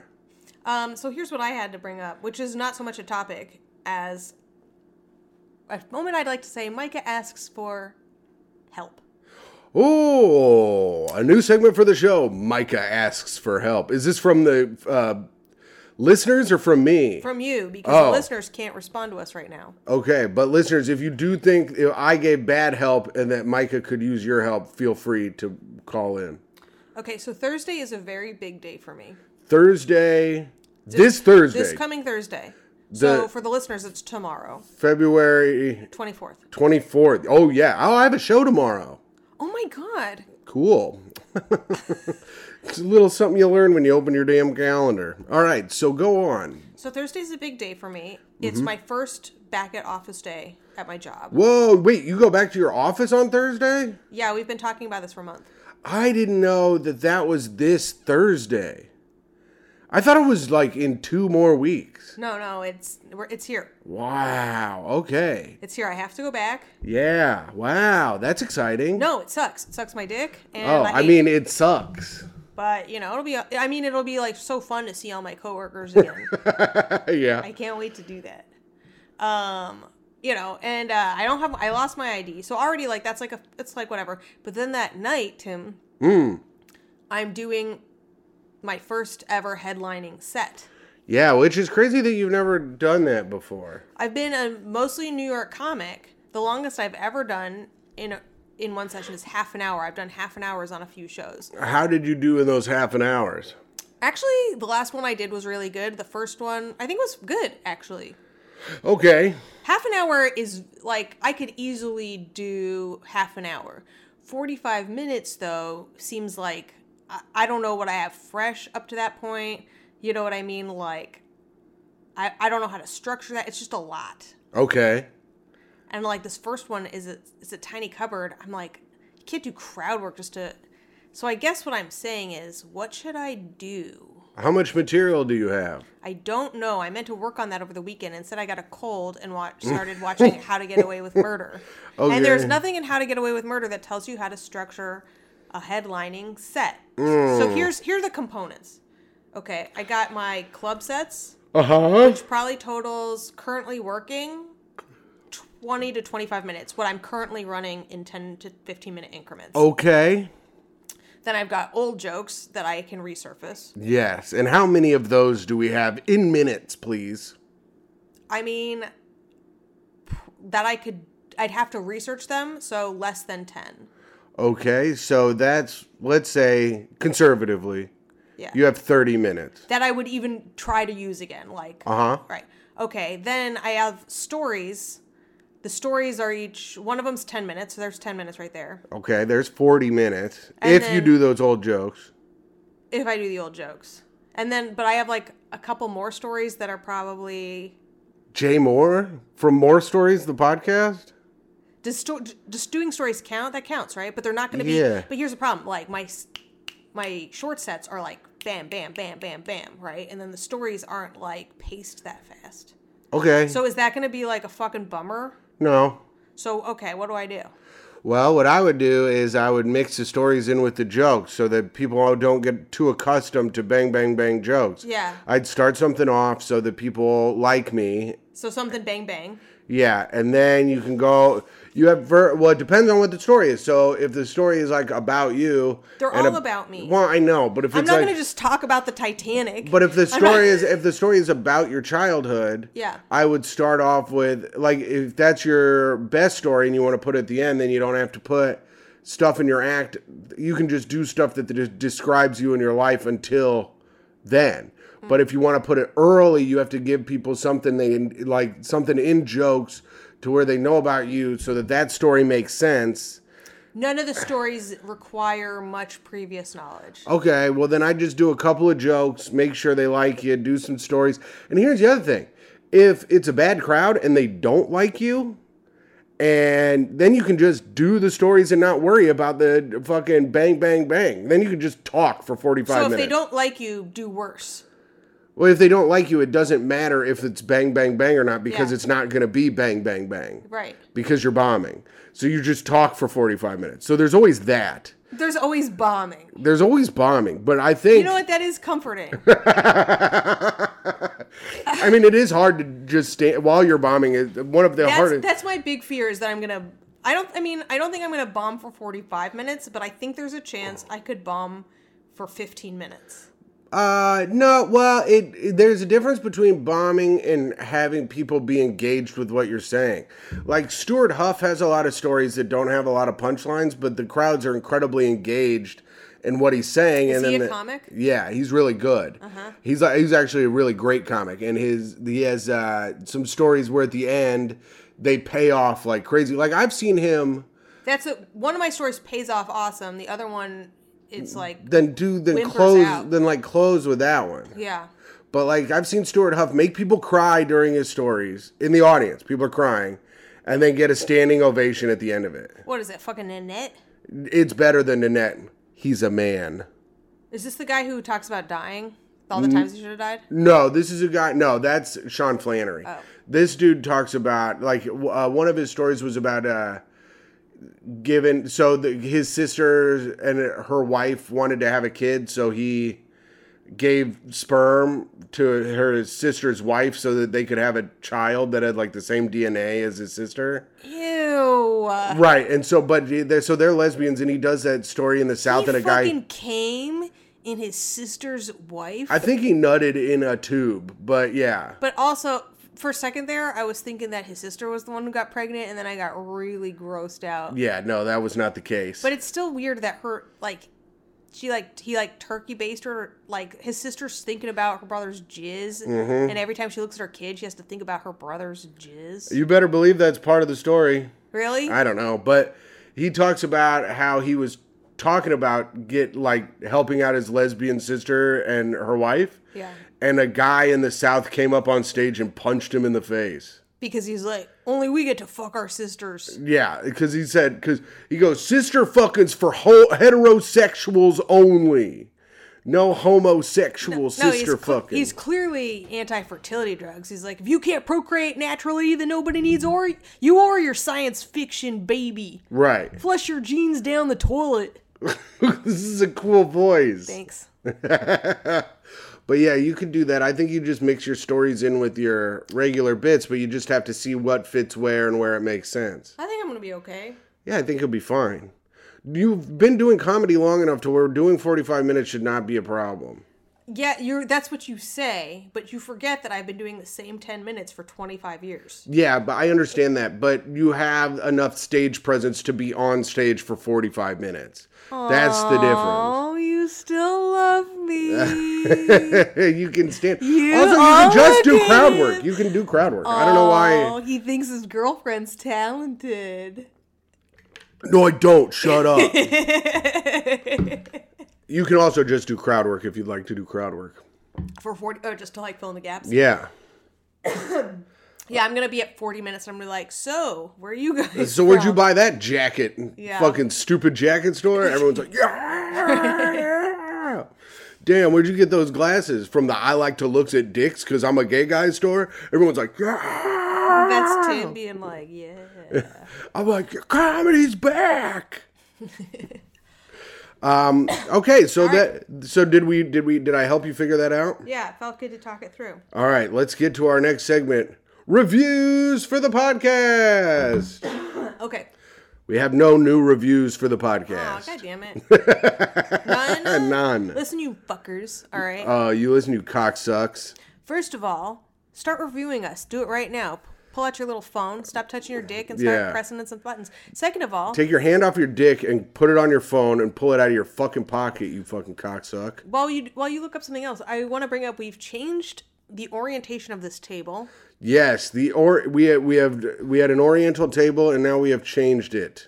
[SPEAKER 2] Um, so here's what I had to bring up, which is not so much a topic as a moment I'd like to say Micah asks for help.
[SPEAKER 1] Oh, a new segment for the show. Micah asks for help. Is this from the uh, listeners or from me?
[SPEAKER 2] From you, because
[SPEAKER 1] Oh.
[SPEAKER 2] the listeners can't respond to us right now.
[SPEAKER 1] okay, but listeners, if you do think if I gave bad help and that Micah could use your help, feel free to call in.
[SPEAKER 2] Okay, so Thursday is a very big day for me.
[SPEAKER 1] Thursday, this Thursday,
[SPEAKER 2] This coming Thursday. so
[SPEAKER 1] The-
[SPEAKER 2] for the listeners, it's tomorrow,
[SPEAKER 1] February
[SPEAKER 2] 24th.
[SPEAKER 1] 24th. Oh, yeah. Oh, I have a show tomorrow.
[SPEAKER 2] Oh my God.
[SPEAKER 1] Cool. it's a little something you learn when you open your damn calendar. All right, so go on.
[SPEAKER 2] So Thursday's a big day for me. It's
[SPEAKER 1] Mm-hmm.
[SPEAKER 2] my first back at office day at my job.
[SPEAKER 1] Whoa, wait, you go back to your office on Thursday?
[SPEAKER 2] Yeah, we've been talking about this for a month.
[SPEAKER 1] I didn't know that that was this Thursday. I thought it was like in two more weeks.
[SPEAKER 2] No, no, it's we're, it's here.
[SPEAKER 1] Wow, okay.
[SPEAKER 2] It's here. I have to go back.
[SPEAKER 1] Yeah, wow, that's exciting.
[SPEAKER 2] No, it sucks. It sucks my dick. And
[SPEAKER 1] oh,
[SPEAKER 2] I,
[SPEAKER 1] I
[SPEAKER 2] hate
[SPEAKER 1] mean, it sucks.
[SPEAKER 2] it. but you know, it'll be. I mean, it'll be like so fun to see all my coworkers again.
[SPEAKER 1] yeah.
[SPEAKER 2] I can't wait to do that. Um, you know, and uh, I don't have. I lost my ID, so already like that's like a. It's like whatever. But then that night, Tim,
[SPEAKER 1] Hmm.
[SPEAKER 2] I'm doing my first ever headlining set.
[SPEAKER 1] yeah, which is crazy that you've never done that before.
[SPEAKER 2] I've been a mostly New York comic. The longest I've ever done in a, in one session is half an hour. I've done half an hours on a few shows.
[SPEAKER 1] How did you do in those half an hours?
[SPEAKER 2] Actually, the last one I did was really good. The first one I think was good actually.
[SPEAKER 1] Okay.
[SPEAKER 2] Half an hour is like I could easily do half an hour. 45 minutes though seems like I, I don't know what I have fresh up to that point. You know what I mean like I I don't know how to structure that. It's just a lot.
[SPEAKER 1] Okay.
[SPEAKER 2] and like this first one is a, is a tiny cupboard i'm like you can't do crowd work just to so i guess what i'm saying is what should i do
[SPEAKER 1] How much material do you have?
[SPEAKER 2] I don't know. I meant to work on that over the weekend. Instead, I got a cold and watch, started watching How to Get Away with Murder.
[SPEAKER 1] Okay.
[SPEAKER 2] And there's nothing in How to Get Away with Murder that tells you how to structure a headlining set. So here's here are the components. Okay, I got my club sets,
[SPEAKER 1] Uh huh.
[SPEAKER 2] which probably totals currently working 20 to 25 minutes. What I'm currently running in 10 to 15 minute increments.
[SPEAKER 1] Oh. Okay.
[SPEAKER 2] Then I've got old jokes that I can resurface.
[SPEAKER 1] Yes. And how many of those do we have in minutes, please?
[SPEAKER 2] I mean, p- that I could, I'd have to research them, so less than 10.
[SPEAKER 1] Okay. So that's, let's say, conservatively,
[SPEAKER 2] Yeah.
[SPEAKER 1] you have 30 minutes.
[SPEAKER 2] that I would even try to use again. Like,
[SPEAKER 1] Uh huh.
[SPEAKER 2] right. Okay. Then I have stories. The stories are each, one of them's 10 minutes, so there's 10 minutes right there.
[SPEAKER 1] Okay. There's 40 minutes
[SPEAKER 2] And
[SPEAKER 1] if you
[SPEAKER 2] then-
[SPEAKER 1] do those old jokes.
[SPEAKER 2] If I do the old jokes. And then, but I have like a couple more stories that are probably.
[SPEAKER 1] Jay Moore from More Stories, the podcast?
[SPEAKER 2] Does sto- just doing stories count? That counts, right? But they're not going to be.
[SPEAKER 1] Yeah.
[SPEAKER 2] But here's the problem: like my s- my short sets are like bam, bam, bam, bam, bam, right? And then the stories aren't like paced that fast.
[SPEAKER 1] Okay.
[SPEAKER 2] So is that going to be like a fucking bummer?
[SPEAKER 1] no.
[SPEAKER 2] So okay, what do I do?
[SPEAKER 1] Well, what I would do is I would mix the stories in with the jokes so that people don't get too accustomed to bang, bang, bang jokes.
[SPEAKER 2] Yeah.
[SPEAKER 1] I'd start something off so that people like me.
[SPEAKER 2] So something bang bang.
[SPEAKER 1] Yeah. And then you can go, you have, ver- well, it depends on what the story is. So if the story is like about you,
[SPEAKER 2] They're
[SPEAKER 1] and
[SPEAKER 2] all
[SPEAKER 1] a-
[SPEAKER 2] about me.
[SPEAKER 1] Well, I know, but if
[SPEAKER 2] I'm
[SPEAKER 1] it's
[SPEAKER 2] not
[SPEAKER 1] like,
[SPEAKER 2] going to just talk about the Titanic.
[SPEAKER 1] but if the
[SPEAKER 2] I'm not-
[SPEAKER 1] story is if the story is about your childhood,
[SPEAKER 2] Yeah.
[SPEAKER 1] I would start off with like if that's your best story and you want to put it at the end, then you don't have to put stuff in your act. You can just do stuff that just describes you in your life until then.
[SPEAKER 2] Mm.
[SPEAKER 1] But if you want to put it early, you have to give people something they like something in jokes to where they know about you so that that story makes sense.
[SPEAKER 2] none of the stories require much previous knowledge.
[SPEAKER 1] Okay, well then I just do a couple of jokes, make sure they like you, do some stories. And here's the other thing. If it's a bad crowd and they don't like you, and then you can just do the stories and not worry about the fucking bang bang bang. Then you can just talk for 45
[SPEAKER 2] So if
[SPEAKER 1] minutes.
[SPEAKER 2] they don't like you, do worse.
[SPEAKER 1] well, if they don't like you, it doesn't matter if it's bang bang bang or not because
[SPEAKER 2] Yeah.
[SPEAKER 1] it's not going to be bang bang bang
[SPEAKER 2] Right.
[SPEAKER 1] because you're bombing. So you just talk for 45 minutes. So there's always that.
[SPEAKER 2] There's always bombing.
[SPEAKER 1] There's always bombing, but I think
[SPEAKER 2] You know what? That is comforting.
[SPEAKER 1] I mean, it is hard to just stand while you're bombing. Is one of the
[SPEAKER 2] that's,
[SPEAKER 1] hardest.
[SPEAKER 2] that's my big fear is that I'm gonna. I don't. I mean, I don't think I'm gonna bomb for 45 minutes, but I think there's a chance I could bomb for 15 minutes.
[SPEAKER 1] Uh, no, well, it, it- there's a difference between bombing and having people be engaged with what you're saying. Like Stuart Huff has a lot of stories that don't have a lot of punchlines, but the crowds are incredibly engaged in what he's saying. and
[SPEAKER 2] he
[SPEAKER 1] then
[SPEAKER 2] a
[SPEAKER 1] the-
[SPEAKER 2] comic? Uh-huh.
[SPEAKER 1] Yeah, he's really good. He's like he's actually a really great comic, and his he has uh, some stories where at the end they pay off like crazy. Like I've seen him.
[SPEAKER 2] That's a, one of my stories pays off awesome. The other one,
[SPEAKER 1] Mm,
[SPEAKER 2] it's like
[SPEAKER 1] then do then
[SPEAKER 2] Whimpers
[SPEAKER 1] close
[SPEAKER 2] out.
[SPEAKER 1] then like close with that one.
[SPEAKER 2] yeah.
[SPEAKER 1] But like I've seen Stuart Huff make people cry during his stories in the audience. People are crying, and then get a standing ovation at the end of it.
[SPEAKER 2] What is it? Fucking Nanette.
[SPEAKER 1] It's better than Nanette. He's a man.
[SPEAKER 2] Is this the guy who talks about dying? All the
[SPEAKER 1] Mm.
[SPEAKER 2] times he should have died?
[SPEAKER 1] No, this is a guy. No, that's Sean Flannery.
[SPEAKER 2] Oh.
[SPEAKER 1] This dude talks about like w- uh, one of his stories was about uh, given. So the, his sister and her wife wanted to have a kid, so he gave sperm to her sister's wife so that they could have a child that had like the same DNA as his sister.
[SPEAKER 2] Ew. Uh,
[SPEAKER 1] Right, and so but they're, so they're lesbians, and he does that story in the
[SPEAKER 2] he
[SPEAKER 1] South, and a
[SPEAKER 2] fucking
[SPEAKER 1] guy.
[SPEAKER 2] came in his sister's wife.
[SPEAKER 1] I think he nutted in a tube, but yeah.
[SPEAKER 2] but also, for a second there, I was thinking that his sister was the one who got pregnant, and then I got really grossed out.
[SPEAKER 1] Yeah, no, that was not the case.
[SPEAKER 2] But it's still weird that her, like, she, like, he, like, turkey based her. Like, his sister's thinking about her brother's jizz,
[SPEAKER 1] Mm-hmm.
[SPEAKER 2] and every time she looks at her kid, she has to think about her brother's jizz.
[SPEAKER 1] You better believe that's part of the story.
[SPEAKER 2] really?
[SPEAKER 1] I don't know, but he talks about how he was talking about get like helping out his lesbian sister and her wife.
[SPEAKER 2] Yeah.
[SPEAKER 1] And a guy in the South came up on stage and punched him in the face.
[SPEAKER 2] because he's like, only we get to fuck our sisters.
[SPEAKER 1] Yeah, because he said, because he goes, sister fucking's for ho- heterosexuals only. No homosexual sister
[SPEAKER 2] he's, cl-
[SPEAKER 1] fucking.
[SPEAKER 2] he's clearly anti-fertility drugs. He's like, if you can't procreate naturally, then nobody needs or you or your science fiction baby.
[SPEAKER 1] right.
[SPEAKER 2] Flush your genes down the toilet.
[SPEAKER 1] this is a cool voice.
[SPEAKER 2] Thanks.
[SPEAKER 1] But yeah, you can do that. I think you just mix your stories in with your regular bits, but you just have to see what fits where and where it makes sense.
[SPEAKER 2] I think I'm gonna be okay.
[SPEAKER 1] Yeah, I think you'll be fine. You've been doing comedy long enough to where doing 45 minutes should not be a problem.
[SPEAKER 2] Yeah, you're. That's what you say, but you forget that I've been doing the same ten minutes for 25 years.
[SPEAKER 1] Yeah, but I understand that. But you have enough stage presence to be on stage for 45 minutes. That's the difference.
[SPEAKER 2] Oh, you still love me.
[SPEAKER 1] you can stand.
[SPEAKER 2] You
[SPEAKER 1] also, you can just do
[SPEAKER 2] already-
[SPEAKER 1] crowd work. You can do crowd work. I don't know why.
[SPEAKER 2] Oh, he thinks his girlfriend's talented.
[SPEAKER 1] No, I don't. Shut up. you can also just do crowd work if you'd like to do crowd work.
[SPEAKER 2] For 40, oh, just to like fill in the gaps.
[SPEAKER 1] Yeah.
[SPEAKER 2] Yeah, I'm gonna be at 40 minutes. and I'm gonna be like, so where are you guys?
[SPEAKER 1] So where'd you
[SPEAKER 2] from?"
[SPEAKER 1] buy that jacket?
[SPEAKER 2] Yeah.
[SPEAKER 1] Fucking stupid jacket store. Everyone's like, yeah. Damn, where'd you get those glasses from? The I like to looks at dicks because I'm a gay guy store. Everyone's like, yeah.
[SPEAKER 2] That's Tim being like, yeah.
[SPEAKER 1] I'm like, your comedy's back. um. Okay. So that. So did we? Did we? Did I help you figure that out?
[SPEAKER 2] Yeah, it felt good to talk it through.
[SPEAKER 1] All right, let's get to our next segment reviews for the podcast.
[SPEAKER 2] Okay.
[SPEAKER 1] We have no new reviews for the
[SPEAKER 2] Oh,
[SPEAKER 1] podcast.
[SPEAKER 2] God damn it. None.
[SPEAKER 1] None.
[SPEAKER 2] Listen, you fuckers. All right.
[SPEAKER 1] Uh, you listen, you cocksucks.
[SPEAKER 2] First of all, start reviewing us. Do it right now. P- Pull out your little phone. Stop touching your dick and start
[SPEAKER 1] Yeah.
[SPEAKER 2] pressing in some buttons. Second of all,
[SPEAKER 1] Take your hand off your dick and put it on your phone and pull it out of your fucking pocket, you fucking cocksuck.
[SPEAKER 2] while you while you look up something else, I want to bring up we've changed the orientation of this table.
[SPEAKER 1] Yes, the or we had, we have we had an oriental table and now we have changed it.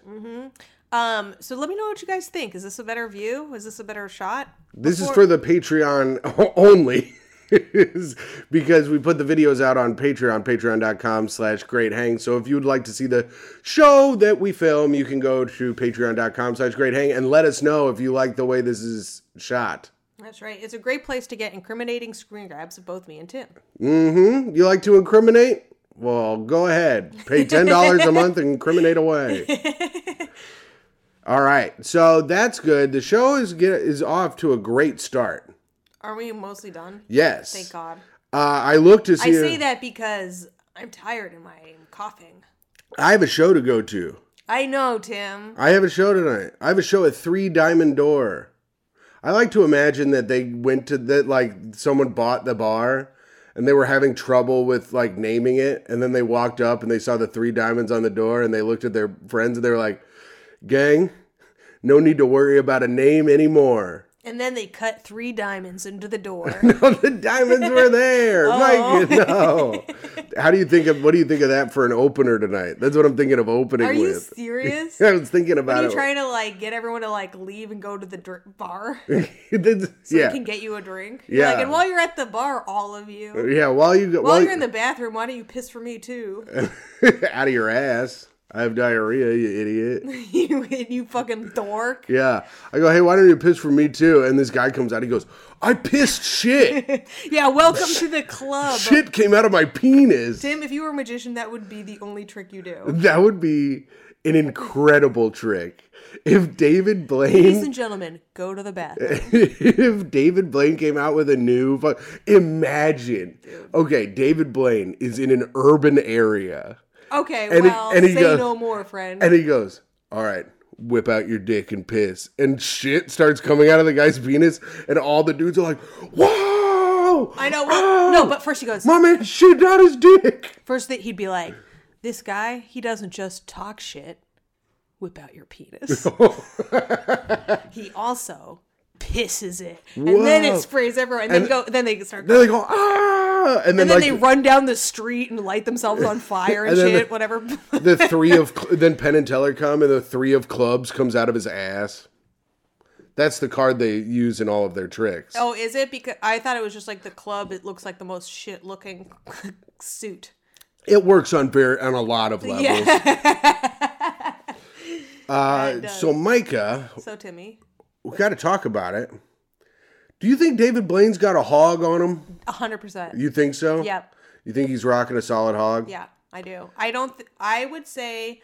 [SPEAKER 2] Um, so let me know what you guys think. Is this a better view? Is this a better shot?
[SPEAKER 1] This is for the Patreon only. is because we put the videos out on Patreon, patreon.com slash great hang. So if you would like to see the show that we film, you can go to patreon.com slash great hang and let us know if you like the way this is shot.
[SPEAKER 2] That's right. It's a great place to get incriminating screen grabs of both me and Tim.
[SPEAKER 1] Hmm? You like to incriminate? Well, go ahead. Pay $10 a month and incriminate away. All right. So that's good. The show is get, is off to a great start.
[SPEAKER 2] Are we mostly done?
[SPEAKER 1] Yes.
[SPEAKER 2] Thank God.
[SPEAKER 1] Uh, I look to see
[SPEAKER 2] I
[SPEAKER 1] if-
[SPEAKER 2] say that because I'm tired and I'm coughing.
[SPEAKER 1] I have a show to go to.
[SPEAKER 2] I know, Tim.
[SPEAKER 1] I have a show tonight. I have a show at Three Diamond Door. I like to imagine that they went to that like someone bought the bar and they were having trouble with like naming it and then they walked up and they saw the three diamonds on the door and they looked at their friends and they were like, "Gang, no need to worry about a name anymore."
[SPEAKER 2] And then they cut three diamonds into the door.
[SPEAKER 1] the diamonds were there.
[SPEAKER 2] Oh.
[SPEAKER 1] Mike, no. How do you think of what do you think of that for an opener tonight? That's what I'm thinking of opening
[SPEAKER 2] Are you
[SPEAKER 1] with.
[SPEAKER 2] serious?
[SPEAKER 1] I was thinking about
[SPEAKER 2] Are you
[SPEAKER 1] it.
[SPEAKER 2] trying to like get everyone to like leave and go to the dr- bar?
[SPEAKER 1] That's-
[SPEAKER 2] yeah.
[SPEAKER 1] yeah.
[SPEAKER 2] can get you a drink. You're Like,
[SPEAKER 1] Yeah. Uh,
[SPEAKER 2] and while you're at the bar, all of you.
[SPEAKER 1] Yeah, while you
[SPEAKER 2] While
[SPEAKER 1] while
[SPEAKER 2] you're in the bathroom, why don't you piss for me too?
[SPEAKER 1] out of your ass. I have diarrhea, you idiot.
[SPEAKER 2] you you fucking dork.
[SPEAKER 1] Yeah. I go, hey, why don't you piss for me too? And this guy comes out, he goes, I pissed shit.
[SPEAKER 2] Yeah, welcome to the club.
[SPEAKER 1] shit came out of my penis.
[SPEAKER 2] Tim, if you were a magician, that would be the only trick you do.
[SPEAKER 1] That would be an incredible trick. If David
[SPEAKER 2] Ladies
[SPEAKER 1] Blaine
[SPEAKER 2] and gentlemen, go to the bathroom.
[SPEAKER 1] if David Blaine came out with a new fu- imagine. Okay, David Blaine is in an urban area.
[SPEAKER 2] Okay,
[SPEAKER 1] And he-
[SPEAKER 2] well,
[SPEAKER 1] and he
[SPEAKER 2] say
[SPEAKER 1] goes-
[SPEAKER 2] no more, friend.
[SPEAKER 1] And he goes, All right, whip out your dick and piss. And shit starts coming out of the guy's penis. And all the dudes are like, Whoa! Ah,
[SPEAKER 2] I know. Well, no, but first he goes.
[SPEAKER 1] My man shit out his dick.
[SPEAKER 2] First that he'd be like, "This guy, he doesn't just talk shit. Whip out your penis." he also pisses it, and then
[SPEAKER 1] Whoa.
[SPEAKER 2] it sprays everywhere, and, then go. Then they start.
[SPEAKER 1] Then they go, "Oh, Ah! And then,
[SPEAKER 2] and then
[SPEAKER 1] like,
[SPEAKER 2] they run down the street and light themselves on fire
[SPEAKER 1] And
[SPEAKER 2] and,
[SPEAKER 1] then
[SPEAKER 2] shit,
[SPEAKER 1] the-
[SPEAKER 2] whatever.
[SPEAKER 1] the three of, cl- then Penn and Teller come and the three of clubs comes out of his ass. That's the card they use in all of their tricks.
[SPEAKER 2] oh, is it? Because I thought it was just like the club. It looks like the most shit-looking suit.
[SPEAKER 1] It works on fair on a lot of levels.
[SPEAKER 2] Uh,
[SPEAKER 1] So Micah, Uh,
[SPEAKER 2] so Timmy,
[SPEAKER 1] we got to talk about it. Do you think David Blaine's got a hog on him?
[SPEAKER 2] hundred percent.
[SPEAKER 1] You think so?
[SPEAKER 2] Yep.
[SPEAKER 1] You think he's rocking a solid hog?
[SPEAKER 2] Yeah, I do. I don't. Th- I would say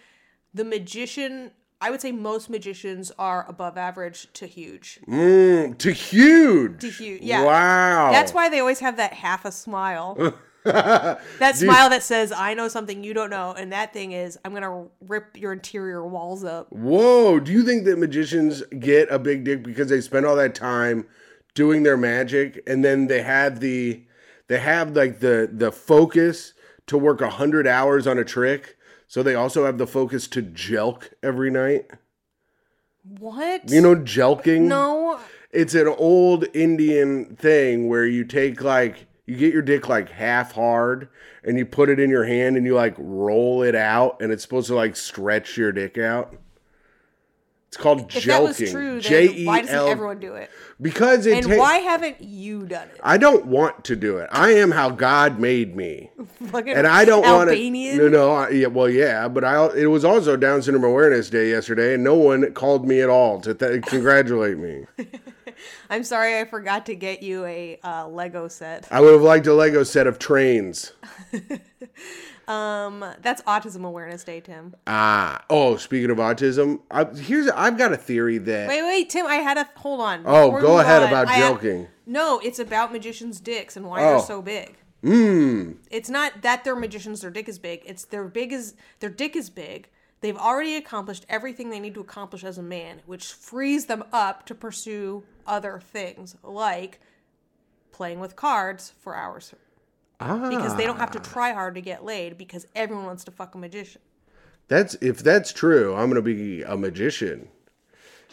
[SPEAKER 2] the magician. I would say most magicians are above average to huge.
[SPEAKER 1] Mm, to huge.
[SPEAKER 2] To huge, yeah.
[SPEAKER 1] Mm. Wow.
[SPEAKER 2] That's why they always have that half a smile. that smile that says, "I know something you don't know," and that thing is, "I'm gonna rip your interior walls up."
[SPEAKER 1] Whoa. Do you think that magicians get a big dick because they spend all that time doing their magic and then they have the they have like the the focus to work a hundred hours on a trick, so they also have the focus to jelk every night.
[SPEAKER 2] What?
[SPEAKER 1] You know, jelking.
[SPEAKER 2] no.
[SPEAKER 1] it's an old Indian thing where you take like you get your dick like half hard and you put it in your hand and you like roll it out and it's supposed to like stretch your dick out. It's called
[SPEAKER 2] If
[SPEAKER 1] jelking.
[SPEAKER 2] that was true, then
[SPEAKER 1] E
[SPEAKER 2] why doesn't
[SPEAKER 1] J-E-L-
[SPEAKER 2] everyone do it?
[SPEAKER 1] Because it
[SPEAKER 2] And
[SPEAKER 1] ta-
[SPEAKER 2] why haven't you done it?
[SPEAKER 1] I don't want to do it. I am how God made me.
[SPEAKER 2] Fucking
[SPEAKER 1] And I don't want to.
[SPEAKER 2] Albanian.
[SPEAKER 1] No, no. I, yeah, well, yeah, but I. It was also Down Syndrome Awareness Day yesterday, and no one called me at all to th- congratulate me.
[SPEAKER 2] I'm sorry, I forgot to get you a uh, Lego set.
[SPEAKER 1] I would have liked a Lego set of trains.
[SPEAKER 2] Um, that's Autism Awareness Day, Tim.
[SPEAKER 1] Ah, oh, speaking of autism, I, here's I've got a theory that
[SPEAKER 2] Wait, wait, Tim. I had a hold on.
[SPEAKER 1] Oh,
[SPEAKER 2] Before we
[SPEAKER 1] go
[SPEAKER 2] move
[SPEAKER 1] ahead
[SPEAKER 2] on,
[SPEAKER 1] about
[SPEAKER 2] I had-
[SPEAKER 1] joking.
[SPEAKER 2] no, it's about magicians' dicks and why
[SPEAKER 1] Oh. Hmm.
[SPEAKER 2] they're so big. Mm. It's not that their magicians their dick is big. It's their big is their dick is big. They've already accomplished everything they need to accomplish as a man, which frees them up to pursue other things like playing with cards for hours
[SPEAKER 1] ah,
[SPEAKER 2] because they don't have to try hard to get laid because everyone wants to fuck a magician.
[SPEAKER 1] that's if that's true, I'm gonna be a magician.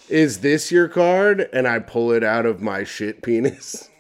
[SPEAKER 1] Is this your card? And I pull it out of my shit penis.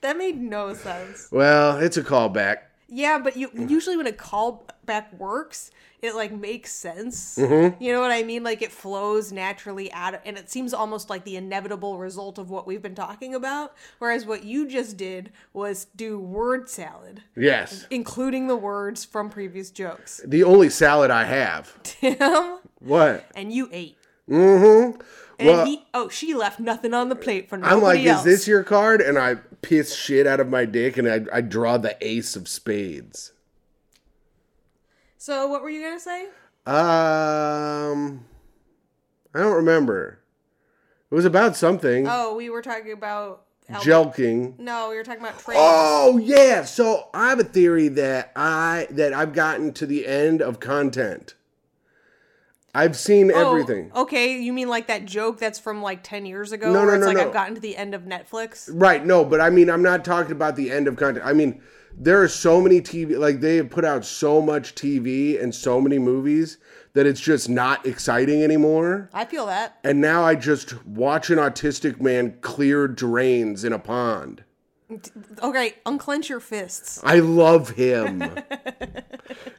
[SPEAKER 2] That made no sense.
[SPEAKER 1] well, it's a callback.
[SPEAKER 2] Yeah, but you usually when a callback works, it like makes sense.
[SPEAKER 1] Mm-hmm.
[SPEAKER 2] You know what I mean? Like it flows naturally out, of, and it seems almost like the inevitable result of what we've been talking about. Whereas what you just did was do word salad,
[SPEAKER 1] Yes,
[SPEAKER 2] including the words from previous jokes.
[SPEAKER 1] the only salad I have.
[SPEAKER 2] Tim,
[SPEAKER 1] What?
[SPEAKER 2] and you ate,
[SPEAKER 1] Mm-hmm.
[SPEAKER 2] and
[SPEAKER 1] Well,
[SPEAKER 2] he oh she left nothing on the plate for nobody
[SPEAKER 1] I'm like,
[SPEAKER 2] else.
[SPEAKER 1] is this your card? And I piss shit out of my dick, and I, I draw the ace of spades.
[SPEAKER 2] so what were you gonna say?
[SPEAKER 1] Um, I don't remember. It was about something.
[SPEAKER 2] Oh, we were talking about Albert-
[SPEAKER 1] Jelking.
[SPEAKER 2] No, we were talking about trains.
[SPEAKER 1] Oh yeah. So I have a theory that I that I've gotten to the end of content. I've seen
[SPEAKER 2] Oh,
[SPEAKER 1] everything.
[SPEAKER 2] Okay, you mean like that joke that's from like ten years ago,
[SPEAKER 1] No,
[SPEAKER 2] where
[SPEAKER 1] no,
[SPEAKER 2] it's
[SPEAKER 1] no,
[SPEAKER 2] like
[SPEAKER 1] no.
[SPEAKER 2] I've gotten to the end of Netflix.
[SPEAKER 1] Right. No, but I mean, I'm not talking about the end of content. I mean, there are so many TV, like they have put out so much TV and so many movies that it's just not exciting anymore.
[SPEAKER 2] I feel that.
[SPEAKER 1] And now I just watch an autistic man clear drains in a pond.
[SPEAKER 2] Okay, unclench your fists.
[SPEAKER 1] I love him.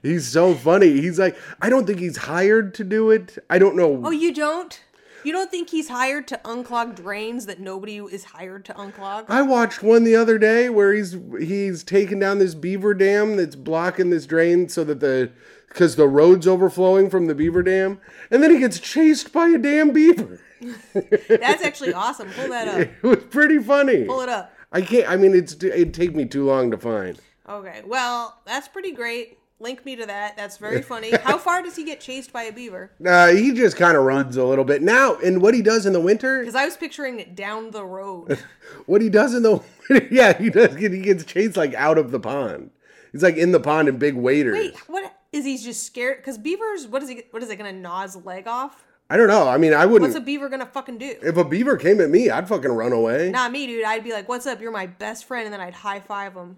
[SPEAKER 1] he's so funny. He's like, I don't think he's hired to do it. I don't know.
[SPEAKER 2] Oh, you don't? You don't think he's hired to unclog drains that nobody is hired to unclog?
[SPEAKER 1] I watched one the other day where he's he's taking down this beaver dam that's blocking this drain so that the because the road's overflowing from the beaver dam, and then he gets chased by a damn beaver.
[SPEAKER 2] That's actually awesome. Pull that up.
[SPEAKER 1] It was pretty funny.
[SPEAKER 2] Pull it up.
[SPEAKER 1] I can't. I mean, it's it'd take me too long to find.
[SPEAKER 2] Okay, well, that's pretty great. Link me to that. That's very funny. How far does he get chased by a beaver?
[SPEAKER 1] Uh, he just kind of runs a little bit now, and what he does in the winter
[SPEAKER 2] Because I was picturing it down the road.
[SPEAKER 1] What he does in the yeah, he does get he gets chased like out of the pond. He's like in the pond in big waders.
[SPEAKER 2] Wait, what is he just scared? Because beavers, what is he? What is it gonna gnaw his leg off?
[SPEAKER 1] I don't know. I mean, I wouldn't.
[SPEAKER 2] What's a beaver gonna fucking do?
[SPEAKER 1] if a beaver came at me, I'd fucking run away.
[SPEAKER 2] Not me, dude. I'd be like, "What's up? You're my best friend," and then I'd high five him,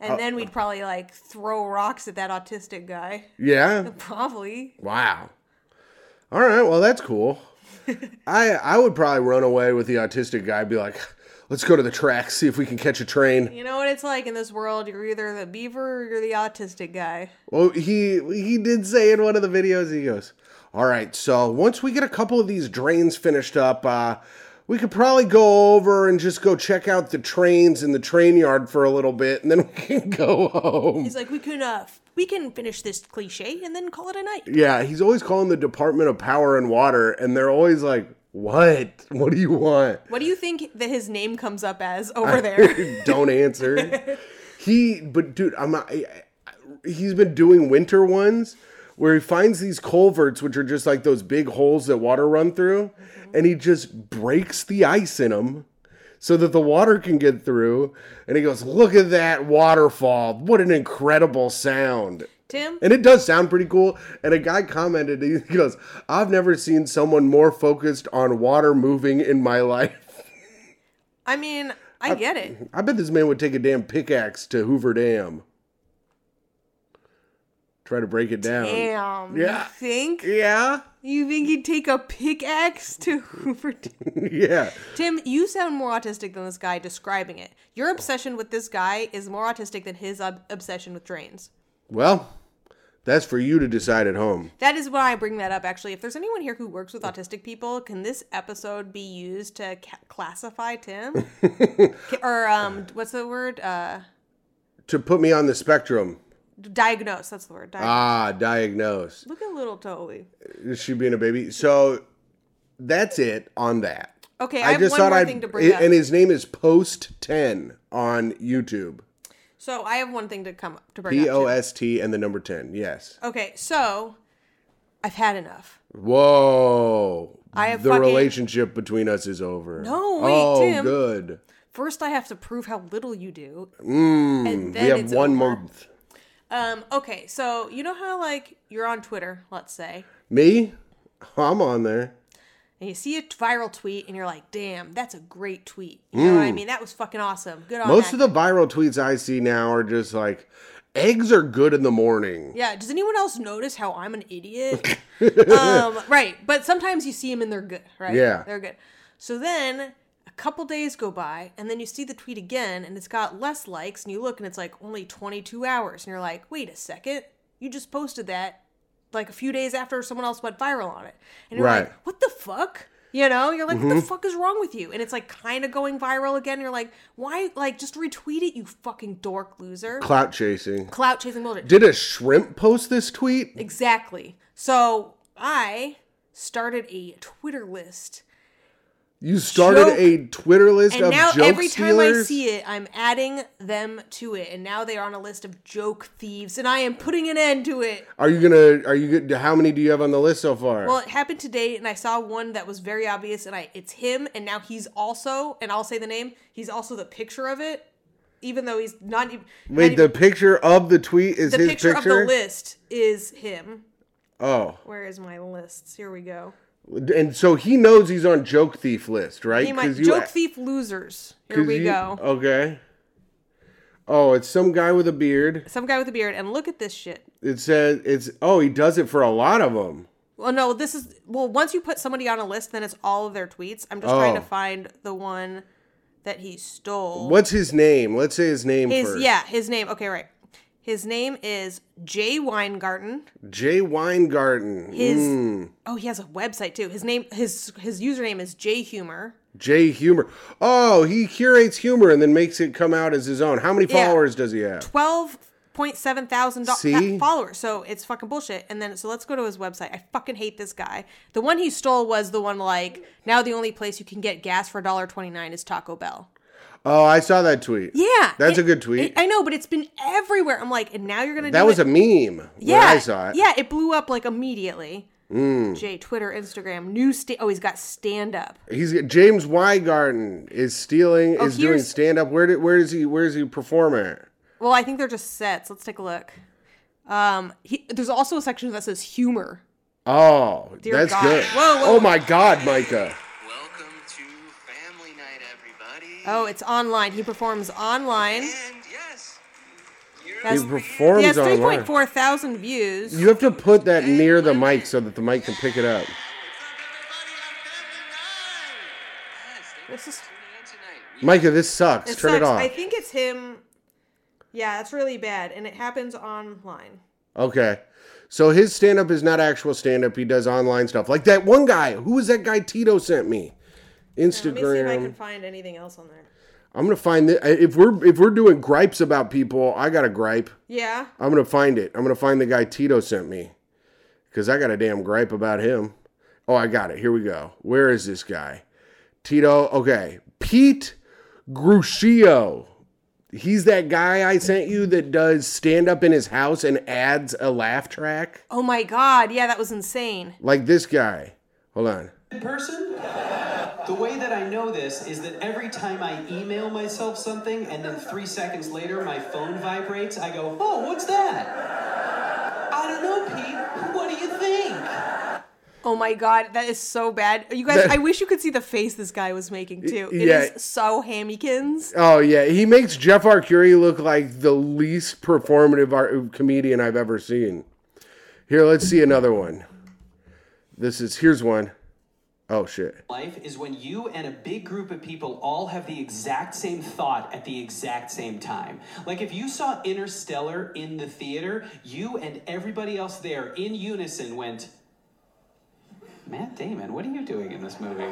[SPEAKER 2] and then we'd probably like throw rocks at that autistic guy.
[SPEAKER 1] Yeah.
[SPEAKER 2] Probably.
[SPEAKER 1] Wow. All right. Well, that's cool. I I would probably run away with the autistic guy. Be like, let's go to the tracks, see if we can catch a train.
[SPEAKER 2] You know what it's like in this world? You're either the beaver or you're the autistic guy.
[SPEAKER 1] Well, he he did say in one of the videos, he goes, "All right, so once we get a couple of these drains finished up, uh, we could probably go over and just go check out the trains in the train yard for a little bit, and then we can go home.
[SPEAKER 2] He's like, we can uh, f- we can finish this cliche and then call it a night.
[SPEAKER 1] Yeah, he's always calling the Department of Power and Water, and they're always like, "What? What do you want?"
[SPEAKER 2] What do you think that his name comes up as over there?
[SPEAKER 1] Don't answer. he, but dude, I'm not. I, I- he's been doing winter ones where he finds these culverts, which are just like those big holes that water run through, and he just breaks the ice in them. So that the water can get through, and he goes, "Look at that waterfall! What an incredible sound!"
[SPEAKER 2] Tim,
[SPEAKER 1] And it does sound pretty cool. And a guy commented, he goes, I've never seen someone more focused on water moving in my life.
[SPEAKER 2] I mean, I, get it.
[SPEAKER 1] I bet this man would take a damn pickaxe to Hoover Dam. Try to break it down.
[SPEAKER 2] Damn.
[SPEAKER 1] Yeah.
[SPEAKER 2] You think?
[SPEAKER 1] Yeah.
[SPEAKER 2] You think he'd take a pickaxe to Hoover? Dam?
[SPEAKER 1] yeah.
[SPEAKER 2] Tim, you sound more autistic than this guy describing it.
[SPEAKER 1] Oh.
[SPEAKER 2] Your obsession with this guy is more autistic than his ob- obsession with drains.
[SPEAKER 1] Well, that's for you to decide at home.
[SPEAKER 2] That is why I bring that up, actually. If there's anyone here who works with autistic people, can this episode be used to ca- classify Tim? Ca- or, um, what's the word? Uh,
[SPEAKER 1] To put me on the spectrum.
[SPEAKER 2] diagnose. That's the word. Diag-
[SPEAKER 1] Ah, diagnosed.
[SPEAKER 2] Look at little Toby.
[SPEAKER 1] Is she being a baby? So that's it on that.
[SPEAKER 2] Okay, I,
[SPEAKER 1] I,
[SPEAKER 2] have
[SPEAKER 1] just
[SPEAKER 2] one
[SPEAKER 1] thought
[SPEAKER 2] more
[SPEAKER 1] I'd.
[SPEAKER 2] thing to bring up.
[SPEAKER 1] and his name is Post Ten on YouTube.
[SPEAKER 2] so I have one thing to come to bring
[SPEAKER 1] P
[SPEAKER 2] up.
[SPEAKER 1] O
[SPEAKER 2] Tim.
[SPEAKER 1] S T and the number ten. Yes.
[SPEAKER 2] Okay, so I've had enough.
[SPEAKER 1] Whoa.
[SPEAKER 2] I have
[SPEAKER 1] the
[SPEAKER 2] fucking-
[SPEAKER 1] relationship between us is over.
[SPEAKER 2] No, wait,
[SPEAKER 1] oh,
[SPEAKER 2] Tim.
[SPEAKER 1] good.
[SPEAKER 2] First, I have to prove how little you do,
[SPEAKER 1] Mm,
[SPEAKER 2] and
[SPEAKER 1] we
[SPEAKER 2] then
[SPEAKER 1] have
[SPEAKER 2] it's
[SPEAKER 1] one
[SPEAKER 2] over.
[SPEAKER 1] month.
[SPEAKER 2] Um, okay, so you know how like you're on Twitter, let's say,
[SPEAKER 1] Me? I'm on there.
[SPEAKER 2] and you see a t- viral tweet, and you're like, "Damn, that's a great tweet." You know what I mean? That was fucking awesome. Good on
[SPEAKER 1] Mm. Most of
[SPEAKER 2] that.
[SPEAKER 1] the viral tweets I see now are just like, eggs are good in the morning.
[SPEAKER 2] yeah. Does anyone else notice how I'm an idiot? um, right, but sometimes you see them and they're good, right?
[SPEAKER 1] Yeah.
[SPEAKER 2] they're good. So then a couple days go by, and then you see the tweet again, and it's got less likes, and you look, and it's like only 22 hours, and you're like, "Wait a second, you just posted that." Like a few days after someone else went viral on it, and you're like,
[SPEAKER 1] Right. Mm-hmm.
[SPEAKER 2] what the fuck? You know, you're like, what the fuck is wrong with you? And it's like kind of going viral again. You're like, why? Like, just retweet it, you fucking dork loser.
[SPEAKER 1] Clout chasing.
[SPEAKER 2] Clout chasing bullshit.
[SPEAKER 1] Did a shrimp post this tweet?
[SPEAKER 2] exactly. So I started a Twitter list.
[SPEAKER 1] You started
[SPEAKER 2] Joke.
[SPEAKER 1] a Twitter list
[SPEAKER 2] And
[SPEAKER 1] of
[SPEAKER 2] now
[SPEAKER 1] joke
[SPEAKER 2] every time I
[SPEAKER 1] stealers?
[SPEAKER 2] see it, I'm adding them to it. And now they are on a list of joke thieves. And I am putting an end to it.
[SPEAKER 1] Are you gonna? Are you? gonna- How many do you have on the list so far?
[SPEAKER 2] Well, it happened today, and I saw one that was very obvious, and I it's him, and now he's also, and I'll say the name, he's also the picture of it, even though he's not. even
[SPEAKER 1] Wait, the picture of the tweet is
[SPEAKER 2] the
[SPEAKER 1] his
[SPEAKER 2] picture,
[SPEAKER 1] picture.
[SPEAKER 2] of the list is him.
[SPEAKER 1] Oh,
[SPEAKER 2] Where is my lists? Here we go.
[SPEAKER 1] and so he knows he's on joke thief list, right?
[SPEAKER 2] He might,
[SPEAKER 1] 'Cause you-
[SPEAKER 2] joke thief losers. Here
[SPEAKER 1] 'cause
[SPEAKER 2] we
[SPEAKER 1] you-
[SPEAKER 2] go.
[SPEAKER 1] Okay. Oh, it's some guy with a beard.
[SPEAKER 2] Some guy with a beard, and look at this shit.
[SPEAKER 1] It says it's. Oh, he does it for a lot of them.
[SPEAKER 2] Well, no, this is well. Once you put somebody on a list, then it's all of their tweets. I'm just trying
[SPEAKER 1] Oh.
[SPEAKER 2] to find the one that he stole.
[SPEAKER 1] What's his name? Let's say his name
[SPEAKER 2] His
[SPEAKER 1] first.
[SPEAKER 2] yeah, his name. Okay, right. His name is Jay Weingarten.
[SPEAKER 1] Jay Weingarten.
[SPEAKER 2] His
[SPEAKER 1] Mm,
[SPEAKER 2] oh, he has a website too. His name his his username is Jay Humor.
[SPEAKER 1] Jay Humor. Oh, he curates humor and then makes it come out as his own. How many
[SPEAKER 2] Yeah.
[SPEAKER 1] followers does he have?
[SPEAKER 2] Twelve point seven thousand
[SPEAKER 1] See?
[SPEAKER 2] do- followers. So it's fucking bullshit. And then so let's go to his website. I fucking hate this guy. The one he stole was the one like now the only place you can get gas for $1.29 is Taco Bell.
[SPEAKER 1] Oh, I saw that tweet.
[SPEAKER 2] Yeah,
[SPEAKER 1] That's
[SPEAKER 2] it-
[SPEAKER 1] a good tweet.
[SPEAKER 2] it- I know, but it's been everywhere. I'm like, and now you're gonna
[SPEAKER 1] that
[SPEAKER 2] do
[SPEAKER 1] was a
[SPEAKER 2] it?
[SPEAKER 1] meme.
[SPEAKER 2] yeah,
[SPEAKER 1] when I saw it. Mm.
[SPEAKER 2] Yeah, it blew up like immediately. Jay, Twitter, Instagram, new sta- Oh, he's got stand up.
[SPEAKER 1] He's James Weigarten is stealing, is doing
[SPEAKER 2] Oh, here's-
[SPEAKER 1] stand up. Where did, where is he? Where is he perform at?
[SPEAKER 2] Well, I think they're just sets. Let's take a look. Um, he, there's also a section that says humor.
[SPEAKER 1] Oh, that's
[SPEAKER 2] God.
[SPEAKER 1] good.
[SPEAKER 2] Whoa, whoa,
[SPEAKER 1] oh my God, Micah.
[SPEAKER 3] Welcome to Family Night, everybody.
[SPEAKER 2] Oh, it's online. He performs online.
[SPEAKER 3] And yes, you're
[SPEAKER 2] That's-
[SPEAKER 1] He
[SPEAKER 2] He
[SPEAKER 1] performs
[SPEAKER 2] has
[SPEAKER 1] online.
[SPEAKER 2] 3.4 thousand views.
[SPEAKER 1] You have to put that near the mic so that the mic can pick it up.
[SPEAKER 3] What's up, everybody? on Family Night. Yes, thank
[SPEAKER 2] This
[SPEAKER 3] you
[SPEAKER 2] is-
[SPEAKER 3] for tuning in tonight. We
[SPEAKER 1] Micah, this sucks.
[SPEAKER 2] It
[SPEAKER 1] Turn it
[SPEAKER 2] sucks.
[SPEAKER 1] off.
[SPEAKER 2] I think it's him. Yeah, that's really bad, and it happens online.
[SPEAKER 1] okay. So his stand up is not actual stand up. He does online stuff. Like that one guy. Who was that guy Tito sent me?
[SPEAKER 2] Let me see if I can
[SPEAKER 1] Instagram.
[SPEAKER 2] find anything else on there.
[SPEAKER 1] I'm gonna find it. If we're if we're doing gripes about people, I got a gripe.
[SPEAKER 2] Yeah.
[SPEAKER 1] I'm gonna find it. I'm gonna find the guy Tito sent me, because I got a damn gripe about him. Oh, I got it. Here we go. Where is this guy? Tito. Okay, Pete Gruccio. He's that guy I sent you that does stand up in his house and adds a laugh track.
[SPEAKER 2] Oh my god. Yeah, that was insane.
[SPEAKER 1] Like this guy. Hold on.
[SPEAKER 4] in person? The way that I know this is that every time I email myself something and then three seconds later my phone vibrates, I go, oh, what's that? I don't know, Pete. What do you think?
[SPEAKER 2] Oh my god, that is so bad. You guys,
[SPEAKER 1] That-
[SPEAKER 2] I wish you could see the face this guy was making too. It is
[SPEAKER 1] Yeah.
[SPEAKER 2] so hammykins.
[SPEAKER 1] Oh yeah, he makes Jeff Arcuri look like the least performative art- comedian I've ever seen. Here, let's see another one. This is here's one. Oh shit.
[SPEAKER 4] Life is when you and a big group of people all have the exact same thought at the exact same time. Like if you saw Interstellar in the theater, you and everybody else there in unison went, Matt Damon, what are you doing in this movie?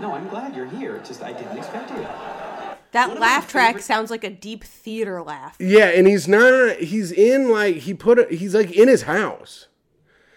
[SPEAKER 4] No, I'm glad you're here. Just I didn't expect you.
[SPEAKER 2] That
[SPEAKER 4] of my
[SPEAKER 2] laugh track
[SPEAKER 4] favorite-
[SPEAKER 2] sounds like a deep theater laugh.
[SPEAKER 1] Yeah, and he's not. He's in like he put. A, he's like in his house.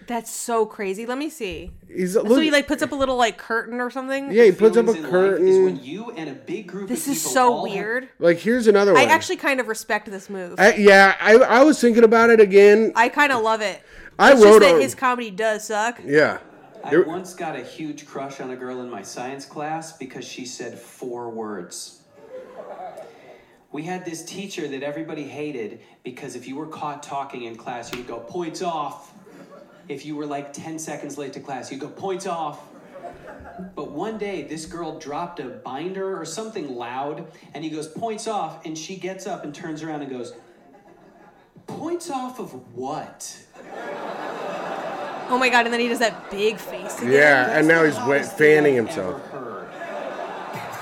[SPEAKER 2] That's so crazy. Let me see.
[SPEAKER 1] He's
[SPEAKER 2] So
[SPEAKER 1] look-
[SPEAKER 2] he like puts up a little like curtain or something.
[SPEAKER 1] Yeah, he puts up a
[SPEAKER 4] Feelings in life is when
[SPEAKER 1] curtain.
[SPEAKER 4] you and a big group
[SPEAKER 2] This
[SPEAKER 4] of
[SPEAKER 2] is
[SPEAKER 4] people
[SPEAKER 2] so
[SPEAKER 4] all have-
[SPEAKER 2] weird.
[SPEAKER 1] Like here's another one.
[SPEAKER 2] I actually kind of respect this move. I,
[SPEAKER 1] I- yeah, I, I was thinking about it again.
[SPEAKER 2] kind of love it.
[SPEAKER 1] I
[SPEAKER 2] It's just
[SPEAKER 1] wrote
[SPEAKER 2] that
[SPEAKER 1] on.
[SPEAKER 2] his comedy does suck.
[SPEAKER 1] yeah.
[SPEAKER 4] I
[SPEAKER 1] There-
[SPEAKER 4] once got a huge crush on a girl in my science class because she said four words. We had this teacher that everybody hated because if you were caught talking in class, you'd go, points off. If you were like 10 seconds late to class, you'd go, points off. But one day, this girl dropped a binder or something loud, and he goes, points off. And she gets up and turns around and goes, points off of what?
[SPEAKER 2] Oh my god! And then he does that big face. Again.
[SPEAKER 1] Yeah, and now he's wet
[SPEAKER 4] Hottest thing
[SPEAKER 1] fanning
[SPEAKER 4] I've
[SPEAKER 1] himself.
[SPEAKER 4] ever heard.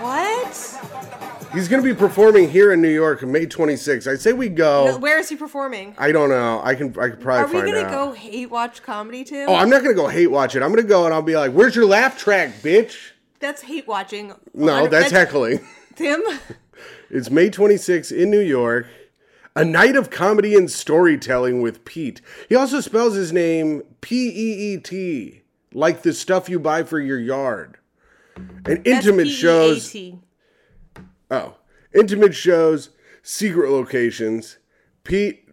[SPEAKER 2] What?
[SPEAKER 1] He's gonna be performing here in New York on May 26th. I say we go.
[SPEAKER 2] Where is he performing?
[SPEAKER 1] I don't know. I can. I could probably
[SPEAKER 2] Are we
[SPEAKER 1] Oh. find
[SPEAKER 2] gonna
[SPEAKER 1] out.
[SPEAKER 2] go hate watch comedy too?
[SPEAKER 1] Oh, I'm not gonna go hate watch it. I'm gonna go and I'll be like, "Where's your laugh track, bitch?"
[SPEAKER 2] that's hate watching.
[SPEAKER 1] No, that's heckling.
[SPEAKER 2] Tim.
[SPEAKER 1] It's May 26th in New York. A night of comedy and storytelling with Pete. He also spells his name P E E T, like the stuff you buy for your yard. And intimate
[SPEAKER 2] That's
[SPEAKER 1] shows.
[SPEAKER 2] P E A T.
[SPEAKER 1] Oh, intimate shows, secret locations. Pete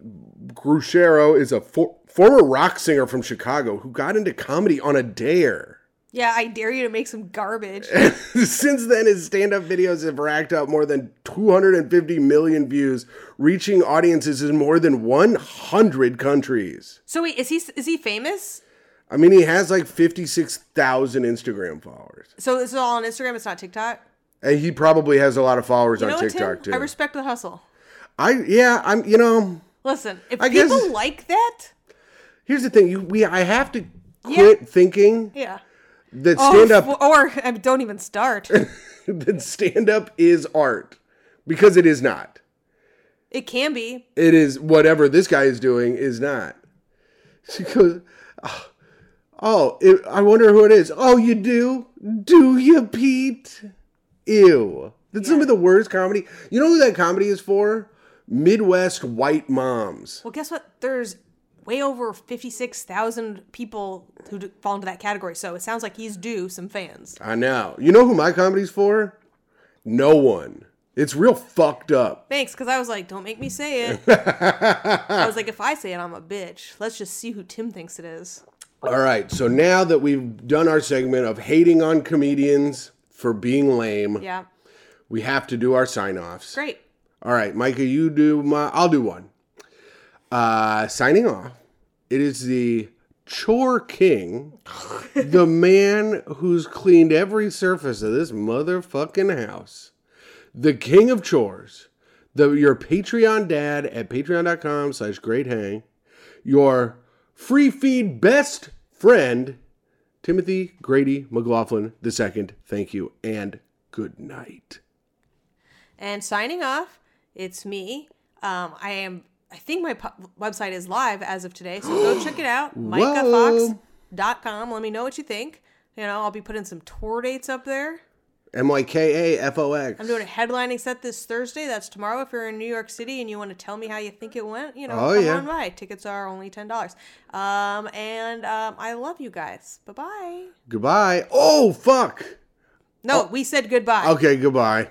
[SPEAKER 1] Gruchero is a for- former rock singer from Chicago who got into comedy on a dare.
[SPEAKER 2] Yeah, I dare you to make some garbage.
[SPEAKER 1] Since then, his stand up videos have racked up more than 250 million views, reaching audiences in more than 100 countries.
[SPEAKER 2] so wait, is he is he famous?
[SPEAKER 1] I mean, he has like 56,000 Instagram followers.
[SPEAKER 2] So this is all on Instagram. It's not TikTok.
[SPEAKER 1] And he probably has a lot of followers
[SPEAKER 2] You know
[SPEAKER 1] on
[SPEAKER 2] what,
[SPEAKER 1] TikTok, too.
[SPEAKER 2] Tim? I respect the hustle.
[SPEAKER 1] I, yeah, I'm, you know,
[SPEAKER 2] Listen, if
[SPEAKER 1] I guess-
[SPEAKER 2] people like that,
[SPEAKER 1] here's the thing. You, we, I have to
[SPEAKER 2] Yeah.
[SPEAKER 1] quit thinking
[SPEAKER 2] yeah.
[SPEAKER 1] that
[SPEAKER 2] Oh,
[SPEAKER 1] stand up
[SPEAKER 2] f- or I mean, don't even start.
[SPEAKER 1] that stand up is art because it is not.
[SPEAKER 2] it can be.
[SPEAKER 1] it is whatever this guy is doing is not. She goes, oh, it, I wonder who it is. Oh, you do? Do you, Pete? Ew. That's some of the worst comedy. You know who that comedy is for? Midwest white moms.
[SPEAKER 2] Well, guess what? There's way over fifty-six thousand people who d- fall into that category. So it sounds like he's due some fans.
[SPEAKER 1] I know. You know who my comedy's for? No one. It's real fucked up.
[SPEAKER 2] Thanks, because I was like, don't make me say it. I was like, if I say it, I'm a bitch. Let's just see who Tim thinks it is.
[SPEAKER 1] All right. So now that we've done our segment of hating on comedians for being lame,
[SPEAKER 2] Yeah,
[SPEAKER 1] we have to do our sign offs.
[SPEAKER 2] great.
[SPEAKER 1] All right, Micah, you do my. I'll do one. Uh, signing off. It is the chore king, the man who's cleaned every surface of this motherfucking house, the king of chores, the your Patreon dad at patreon.com slash great hang, your free feed best friend, Timothy Grady McLaughlin II. Thank you and good night.
[SPEAKER 2] And signing off, it's me. Um, I am. I think my po- website is live as of today, so go check it out. MicahFox.com. Let me know what you think. You know, I'll be putting some tour dates up there.
[SPEAKER 1] M Y K A F O X.
[SPEAKER 2] I'm doing a headlining set this Thursday. That's tomorrow. If you're in New York City and you want to tell me how you think it went, you know,
[SPEAKER 1] Oh,
[SPEAKER 2] come
[SPEAKER 1] yeah.
[SPEAKER 2] on by. Tickets are only ten dollars. Um, and um, I love you guys. Bye bye.
[SPEAKER 1] Goodbye. Oh fuck.
[SPEAKER 2] No, we said goodbye.
[SPEAKER 1] Okay, goodbye.